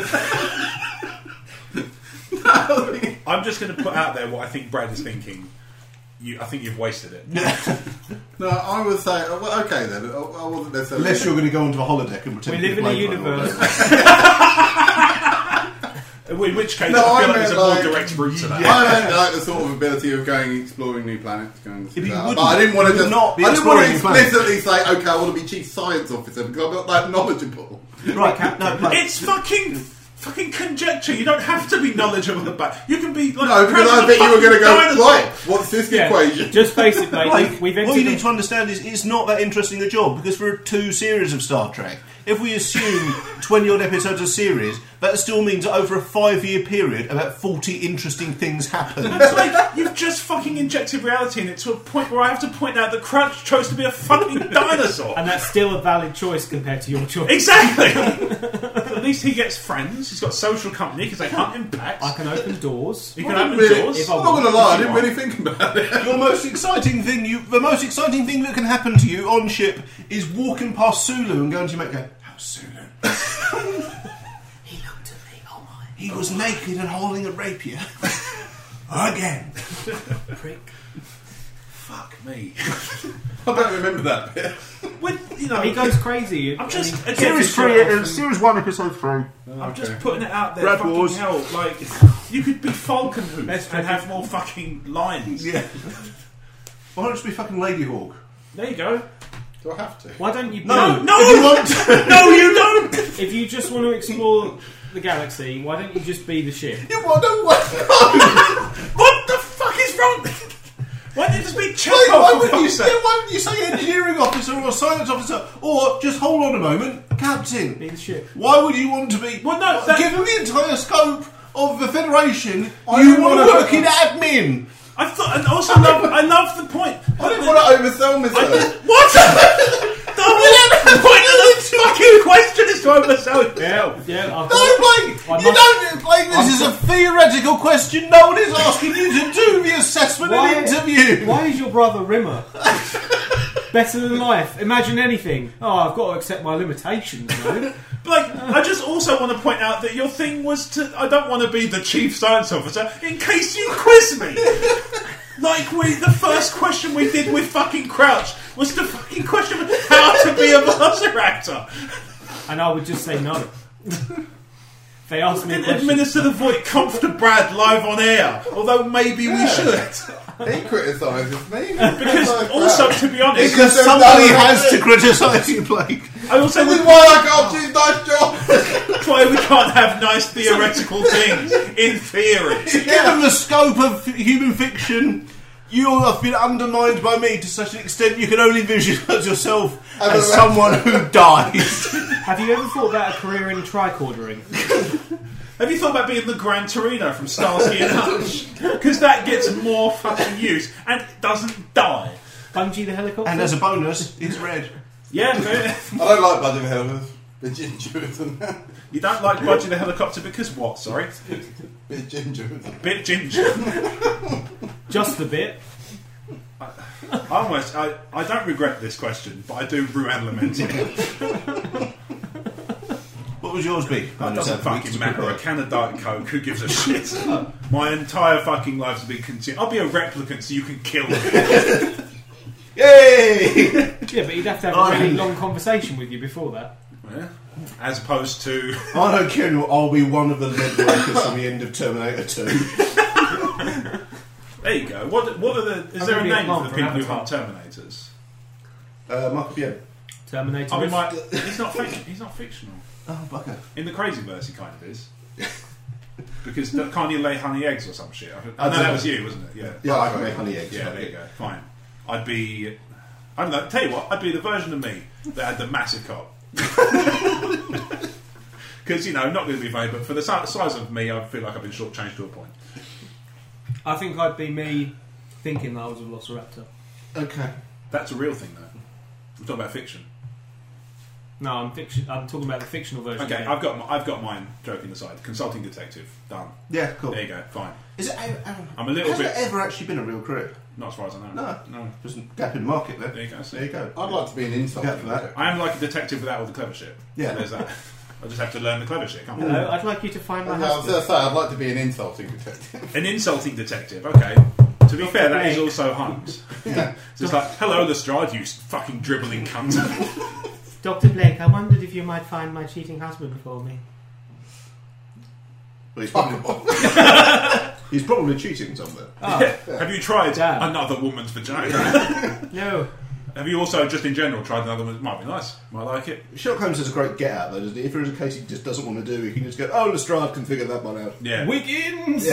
I'm just going to put out there what I think Brad is thinking. You, I think you've wasted it. No, I would say oh, well, okay then. I I wasn't necessarily. Unless you're going to go onto a holodeck and We pretend live to in be a Blade Runner or universe. *laughs* whatever. Uh, In which case, No, I I feel like there's a meant more like- direct route to that. I don't like the sort of ability of going exploring new planets. Going If you that. wouldn't, But I didn't want you to would just. not be I didn't want to exploring new explicitly say, okay, I want to be chief science officer because I'm not that knowledgeable. Right, no, Blake. *laughs* It's fucking fucking conjecture. You don't have to be knowledgeable about. You can be like No, *laughs* because I president bet you were going to go dinosaur. right. What's this *laughs* Yeah, equation? Just *laughs* face it, mate. Blake, We've what you entered. need to understand is it's not that interesting a job because there are two series of Star Trek. if we assume 20 odd episodes of series, that still means that over a five year period, about 40 interesting *laughs* things happen. It's like you've just fucking injected reality in it to a point where I have to point out that Crouch chose to be a *laughs* fucking dinosaur. And that's still a valid choice compared to your choice. exactly. At least he gets friends. He's got social company because they can't impact. I can open *laughs* doors. He I can didn't open really- doors. I'm not gonna lie, I didn't If you really think about it. *laughs* Your most exciting thing you, the most exciting thing that can happen to you on ship is walking past Sulu and going to your mate, go, "How's Sulu?" He looked at me. Oh my He was naked and holding a rapier. Again. prick. Fuck me. I don't remember that bit. When, you know, He goes crazy. I'm and just he- again, Series it's three, your- uh, series one, episode three. I'm just Okay. putting it out there. Brad fucking Wars. hell, like you could be Falcon Hoop Let's and check have more fucking lines. Yeah. Why don't it just be fucking Lady Hawk? There you go. Do I have to? Why don't you? no. If you want, No, you don't. If you just want to explore the galaxy, why don't you just be the ship? You *laughs* want to what? What the fuck is wrong? Why did this be Why- Chekhov? why Oh, for wouldn't you fuck's say? sake? Why wouldn't you say engineering officer or science officer or just hold on a moment, Be captain? the ship. Why would you want to be? Well, no, that- given the entire scope of the Federation, I you don't want to wanna- work in admin. I thought, and also love, I love the point. I didn't want to oversell myself. What? the, the point of the fucking question is to oversell yourself. Yeah, No, I've Blake! I you must- don't, Blake, this is a theoretical question. No one is asking you to do the assessment Why- and interview. Why is your brother Rimmer better than life? Imagine anything. Oh, I've got to accept my limitations, though. Like, I just also want to point out that your thing was to. I don't want to be the chief science officer in case you quiz me. like we, the first question we did with fucking Crouch was the fucking question of how to be a velociraptor. and I would just say no. They asked me a Didn't question. administer the void comp to Brad live on air, although maybe we Yeah. should. He criticises me. Because also, to be honest, Because Because somebody no one has has to it. criticise you, Blake. I also This is would why I can't choose nice jobs. That's why we can't have nice theoretical things in theory. Given the scope of f- human fiction, you have been undermined by me to such an extent you can only visualise yourself As a as someone who dies. Have you ever thought about a career in tricordering? Have you thought about being the Gran Torino from Starsky and Hutch? Because that gets more fucking use and it doesn't die. Bungee the helicopter? and as a bonus, it's red. Yeah, fair. I don't like Budget Helmers. Bit ginger, isn't it? you don't like Budgie the helicopter because what? Sorry, Bit ginger, isn't it? bit ginger. Just the bit. I almost, I, I don't regret this question, but I do rue and lament it. What was yours be? It doesn't fucking matter. I can a diet coke. Who gives a shit? My entire fucking life's been consumed. I'll be a replicant, so you can kill me. Yay! Yeah, but you'd have to have a really long conversation with you before that. Yeah. As opposed to I don't care anymore. I'll be one of the lead workers on the end of Terminator 2. There you go. What what are the? Is I'm there a gonna be a name mom for the for people who Avatar. hunt Terminators? Uh, Michael Biehn. Terminator. I mean, like, he's not fic- he's not fictional. Oh, bugger. In the crazy verse, he kind of *laughs* is. Because th- can't you lay honey eggs or some shit? I, I know don't that know. was you, wasn't it? Yeah. Yeah, I can make honey eggs. Yeah. There you go. Fine. I'd be. I don't know. Tell you what, I'd be the version of me that had the massive *laughs* cop. Because you know, not going to be vain, but for the si- size of me, I feel like I've been shortchanged to a point. I think I'd be me thinking that I was a velociraptor. Okay. That's a real thing, though. I'm talking about fiction. No, I'm fiction. I'm talking about the fictional version. Okay, of it. I've got my, I've got mine. Joking aside, consulting detective done. Yeah, cool. There you go. Fine. Is it? Aaron, Aaron, I'm a little has bit- there ever actually been a real career? Not as far as I know. No. no. There's a gap in market there. There you go. There you go. I'd like to be an insult. Yeah, for that. I am like a detective without all the clever shit. Yeah. So there's that. I just have to learn the clever shit. Come Hello, on. I'd like you to find my I was going husband. to say, I'd like to be an insulting *laughs* detective. An insulting detective. Okay. To be fair, that is also *laughs* *laughs* Holmes. yeah. So it's like, hello, Lestrade, you fucking dribbling *laughs* cunt. Doctor Blake, I wondered if you might find my cheating husband for me. Well, he's, Oh, probably, he's probably cheating somewhere. Oh, Have you tried Damn. another woman's vagina? no. have you also, just in general, tried another woman's? Might be nice. Might like it. Sherlock Holmes has a great get out though, doesn't he? If there is a case he just doesn't want to do, he can just go, oh, Lestrade can figure that one out. Yeah. Wiggins!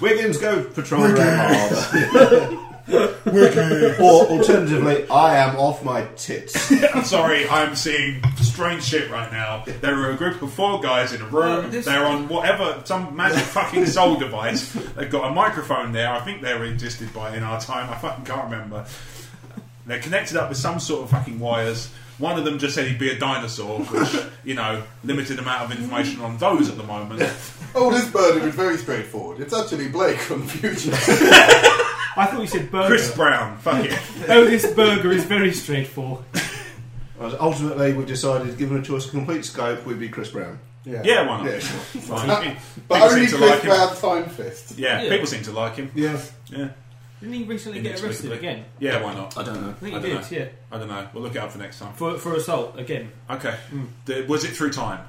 Wiggins, go patrol around the harbour. or alternatively, I am off my tits. I'm sorry, I'm seeing strange shit right now. There were a group of four guys in a room. Well, this- They're on whatever, some magic fucking soul device. They've got a microphone there. I think they were existed by in our time. I fucking can't remember. They're connected up with some sort of fucking wires. One of them just said he'd be a dinosaur, which, you know, limited amount of information on those at the moment. Oh, this burden was very straightforward. It's actually Blake from the future. I thought you said burger. Chris Brown, fuck it. *laughs* Oh, this burger is very straightforward. Whereas Ultimately, we've decided, given a choice of complete scope, we'd be Chris Brown. Yeah, why not? Yeah, sure. Fine. But people seem only to Chris like him. Brown signed fist. Yeah, Yeah. people seem to like him. Yeah. *laughs* Yeah, Didn't he recently In get next arrested week, again? yeah, why not? I don't know. I think he I did, don't yeah. I don't know. We'll look it up for next time. For, for assault, again. Okay. The- was it through time?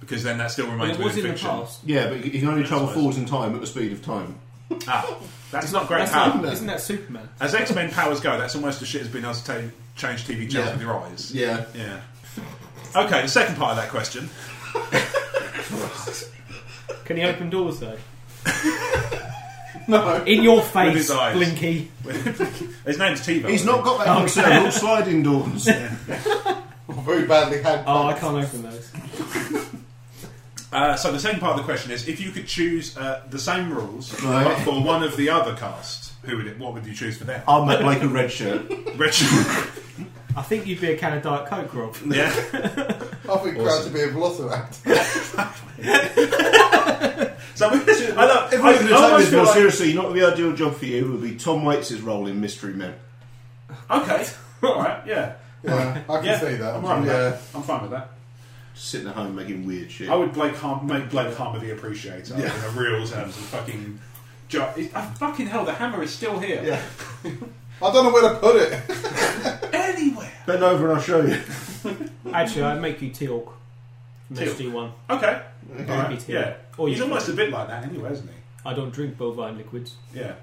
Because then that still But remains it was in within the fiction. past. Yeah, but he can only travel nice. forwards in time at the speed of time. Ah, that's not great That's power. like, isn't that Superman? As X Men powers go, that's almost as shit as being able to ta- change TV channels Yeah. with your eyes. Yeah. Yeah. Okay, the second part of that question. *laughs* Can he open *laughs* doors though? No. In your With face, his eyes. Blinky. His name's TiVo. He's not got that concern. All sliding doors. Very badly had. Oh, I can't open those. Uh, so the second part of the question is: if you could choose uh, the same rules Right. but for one of the other cast, who would it? What would you choose for them? I'll make like a red shirt. Richard. I think you'd be a can of Diet Coke, Rob. *laughs* yeah. I think Brown to be *laughs* a velociraptor. So I love. I, I If we're going to take almost this feel more like- seriously, not the ideal job for you would be Tom Waits' role in Mystery Men. Okay. All right. Yeah. Yeah, I can yeah. see that. I'm right with yeah. that. I'm fine with that. Just sitting at home making weird shit. I would Blake Har- make Blake Harmer the appreciator in a real terms and fucking. Jo- it- oh, fucking hell, the hammer is still here. Yeah. I don't know where to put *laughs* it. Anywhere. Bend over and I'll show you. *laughs* Actually, I'd make you Teal'c from Teal'c. HD1. Okay. I'd All be right. Teal'c. Yeah. Or He's you. almost a bit like that anyway, isn't he? I don't drink bovine liquids. Yeah.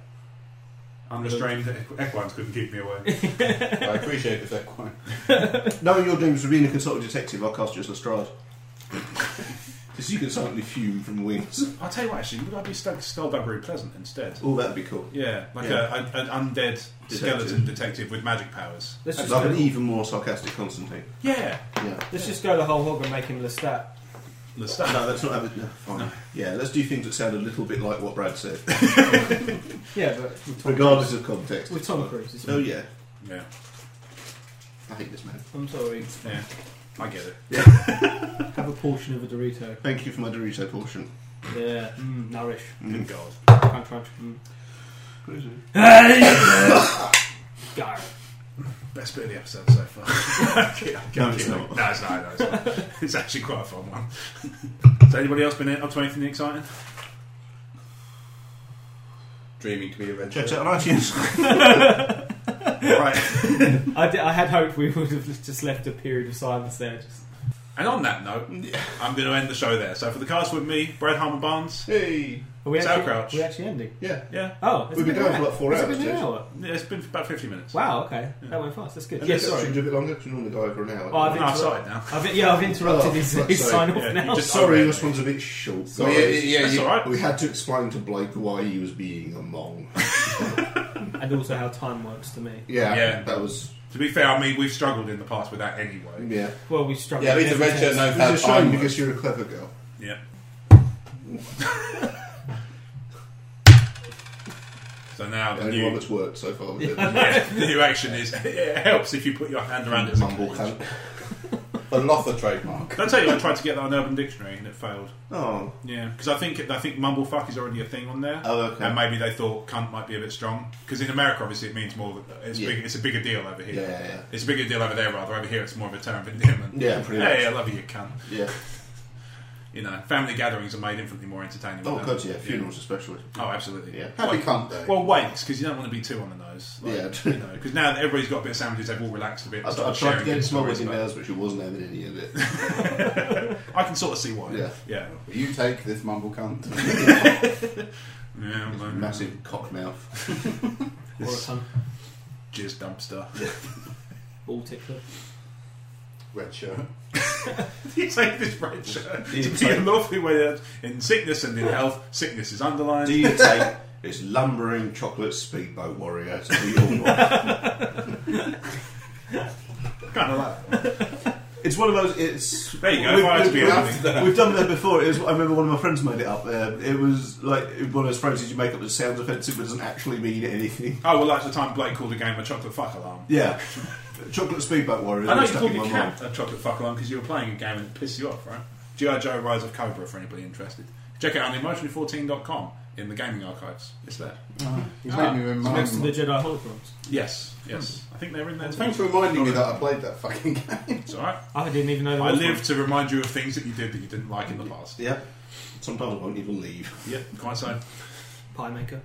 Unrestrained equ- equines couldn't keep me *laughs* away. I appreciate this equine. Knowing your dreams of being a consultant detective, I'll cast you as *laughs* Lestrade. Because you can silently fume from wings. I'll tell you what, actually, would I be stuck Skullbuggery Pleasant instead? Oh, that'd be cool. Yeah, like Yeah. A, a, an undead Detective. skeleton detective with magic powers. Let's just, Like an go, even more sarcastic Constantine. Yeah. Yeah. let's just go the whole hog and make him Lestat. The stuff. No, that's not having. No, fine. Yeah, let's do things that sound a little bit like what Brad *laughs* said, Yeah, but regardless of context. with Tom Cruise. it's- Oh yeah, Yeah. I hate this man. I'm sorry. Yeah. I get it. Have a portion of a Dorito. Thank you for my Dorito portion. Yeah. Mm, nourish. Good God. Crunch, crunch. Mm. Go. Best bit of the episode so far. No, it's *laughs* not. No, it's not. No, it's, not. it's actually quite a fun one. Has anybody else been up to anything exciting? Dreaming to be a red Check it out on *laughs* iTunes. *laughs* right. *laughs* I, did, I had hoped we would have just left a period of silence there. Just And on that note, I'm going to end the show there. So for the cast with me, Brad Harmon Barnes. Hey, are we It's actually, Outcrouch. Are we actually ending? yeah, Yeah. Oh, it's we've been been going for an hour. like four It's hours. been an Jess. hour. Yeah, It's been about 50 minutes. Wow. Okay, that went fast. That's good. And Yeah, this sorry. Should do a bit longer because we normally go over an hour. Oh, I I'm think- outside now. I've, yeah, I've interrupted Oh, his, fuck's his sake. sign off Yeah, now. you just- Sorry, Oh, this really? one's a bit short. Well, yeah, Sorry. yeah, That's you- all right. We had to explain to Blake why he was being a mong. and also how time works to me. Yeah, Yeah. that was To be fair, I mean, we've struggled in the past with that anyway. yeah. Well, we struggled. Yeah, at least the with red shirt everything. knows It how was a shame time because works. you're a clever girl. Yeah. so now The the only one new, that's worked so far. *laughs* Was *laughs* it? yeah, the new action is it helps if you put your hand around it. Mumble cunt. Velociraptor trademark. *laughs* Can I tell you, I tried to get that on Urban Dictionary and it failed. Oh, Yeah, because I think I think mumblefuck is already a thing on there. Oh, okay. And maybe they thought cunt might be a bit strong because in America, obviously, it means more. That it's Yeah. big, it's a bigger deal over yeah, here. yeah, yeah. It's a bigger deal over there rather. Over here, it's more of a term of endearment. Yeah, pretty much. Hey, I love you, you cunt. yeah. You know, family gatherings are made infinitely more entertaining. Oh with that. god, yeah, funerals especially. Oh, absolutely. Yeah. Happy Well, cunt day. Well, wakes because you don't want to be too on the nose. Yeah. you know, because now that everybody's got a bit of sandwiches, they've all relaxed a bit. and I, I started tried to sharing get good some stories in about- theirs, but she wasn't having any of it. *laughs* I can sort of see why. Yeah. yeah, you take this mumble cunt. *laughs* yeah. well, Massive cock mouth. Or a cunt. Jizz dumpster. Ball tickler. Red shirt. *laughs* you take this red shirt. Do you to be *laughs* take- a lovely way out in sickness and in health. Sickness is underlined. Do you take It's lumbering chocolate speedboat warrior to the Yormouth. Kind of like that. It's one of those. It's There you go, We've, if I had to be we've- honest. we've done that before. It was, I remember one of my friends made it up. Uh, it was like one of those phrases you make up that sounds offensive but doesn't actually mean anything. *laughs* Oh, well, like the time Blake called a game a chocolate fuck alarm. Yeah, chocolate speedboat warrior. I know was you stuck called in your my cat mind. a chocolate fuck alarm because you were playing a game and it pissed you off, right? G.I. Joe Rise of Cobra, for anybody interested. Check it out on emotionally14.com in the gaming archives. It's there. He's made me remind Next to the Jedi holograms. Yes, yes. I think they're in there. Thanks for reminding me that I played that fucking *laughs* game. It's alright. I didn't even know there I was live to remind you of things that you did that you didn't like in the past. Yeah, sometimes I won't even leave. Yep, quite so. one. pie maker.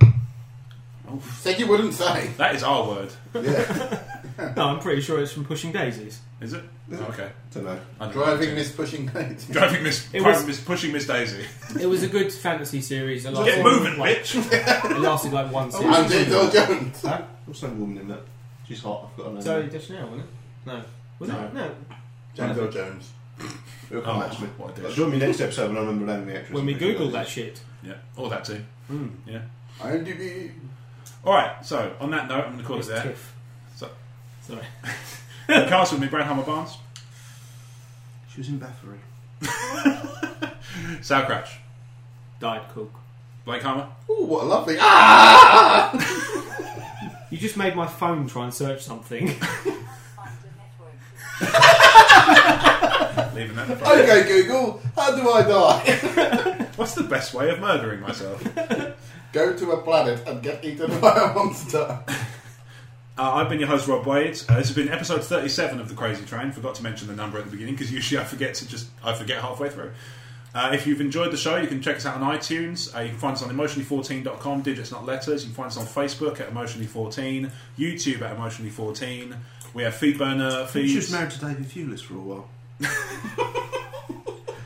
Said you wouldn't *laughs* say. That is our word, Yeah. No, I'm pretty sure it's from Pushing Daisies. is it? Okay. Don't know. I don't know. Driving Miss Pushing Gates. *laughs* Driving Miss, It was- driving Miss, pushing Miss Daisy. It was a good fantasy series. It Get lasted moving, like, bitch. It lasted like one series. And Earl Jones. Huh? What's that woman in that? She's hot. I've got her name. Zoe Deschanel, wasn't it? No. Was No. it? No. James Earl Jones. It'll come Oh, back to me. what a dish. Join me next episode when I remember the name of the actress. When we I'll make sure Google it that is. shit. Yeah, all that too. Yeah. IMDb. All right. So on that note, I'm going to call It's it there. Tiff. So, Sorry. *laughs* cast with me, Brad Hammer Barnes, She was in Bathory. Sal Crouch, Died cook. Blake Hammer. Oh, what a lovely. Ah! You just made my phone try and *laughs* search something. Find a network. Leaving that. in front. Okay, Google, how do I die? *laughs* What's the best way of murdering myself? uh, Go to a planet and get eaten *laughs* by a monster. I've been your host Rob Wade. Uh, this has been episode 37 of the Crazy Train. Forgot to mention the number at the beginning because usually I forget to just I forget halfway through. Uh, if you've enjoyed the show, you can check us out on iTunes. Uh, you can find us on emotionally14.com, digits not letters. You can find us on Facebook at emotionally14, YouTube at emotionally14. We have Feedburner She was feeds. married to David Thewlis for a while.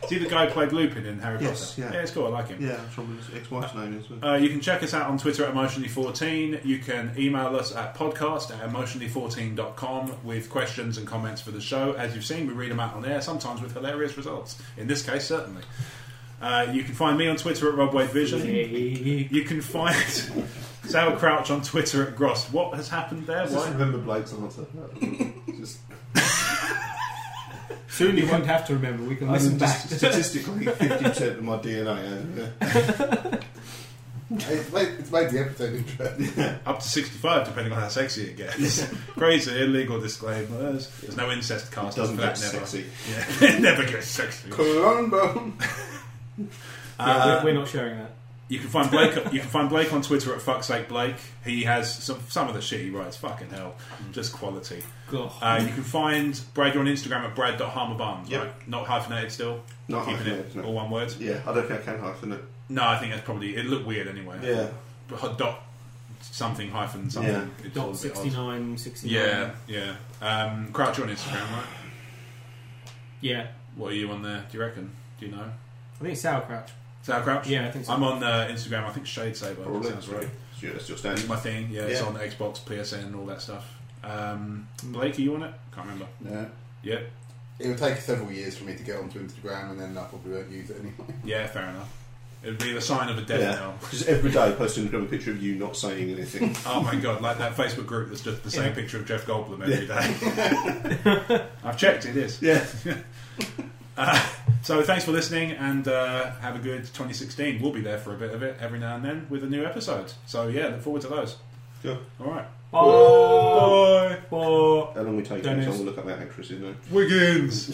See the guy who played Lupin in Harry Yes, Potter. yeah. it's cool. I like him. Yeah, that's from his ex-wife's name as well. Uh, you can check us out on Twitter at Emotionally14. You can email us at podcast at emotionally14.com with questions and comments for the show. As you've seen, we read them out on air, sometimes with hilarious results. In this case, certainly. Uh, you can find me on Twitter at RobWadeVision. Hey. You can find *laughs* Sal Crouch on Twitter at Gross. What has happened there? I just Why? remember Blake's *laughs* answer. just Soon you won't have to remember. We can listen listen back. statistically, fifty percent of my DNA. Uh, It's made, it's made the episode interesting. Up to 65, depending on how sexy it *laughs* gets. Crazy, illegal disclaimers. There's no incest cast. doesn't for get that, sexy. Never. Yeah, *laughs* it never gets sexy. Colombo. Yeah, Uh, we're, we're not sharing that. You can find Blake. you can find Blake on Twitter at fucksake Blake. He has some some of the shit he writes. Fucking hell, Mm. just quality. God. Uh, you can find Brad. You're on Instagram at brad.harmerbarnes, Yep. right? Not hyphenated still. Not keeping hyphenated, it no. all one word. yeah, I don't think I can hyphen it. No, I think that's probably it. Looked weird anyway. Yeah. But hot dot something hyphen something. Yeah. It's all a Dot bit 69, odd. 69. Yeah, yeah. Um, Crouch you're on Instagram, right? Yeah. What are you on there? Do you reckon? Do you know? I think it's sauerkraut. Is that Crouch? Yeah, I think so. I'm on uh, Instagram. I think Shade Saber. Probably. Sounds right. Yeah, that's your It's standard. my thing. Yeah, it's Yeah. on Xbox, PSN, all that stuff. Um, Blake, are you on it? Can't remember. No. Yeah, It would take several years for me to get onto Instagram, and then I probably won't use it anymore. yeah, fair enough. It would be the sign of a death Yeah, knell. just every day posting a picture of you not *laughs* saying anything. Oh my god, like that Facebook group that's just the same Yeah. picture of Jeff Goldblum every day. I've checked, it is. *laughs* Uh, yeah. So thanks for listening and uh, have a good 2016. We'll be there for a bit of it every now and then with a new episode. So yeah, look forward to those. Sure. All right. Oh. Bye. Oh. How long we take? Don't Someone know. will look up that actress, isn't it? Wiggins.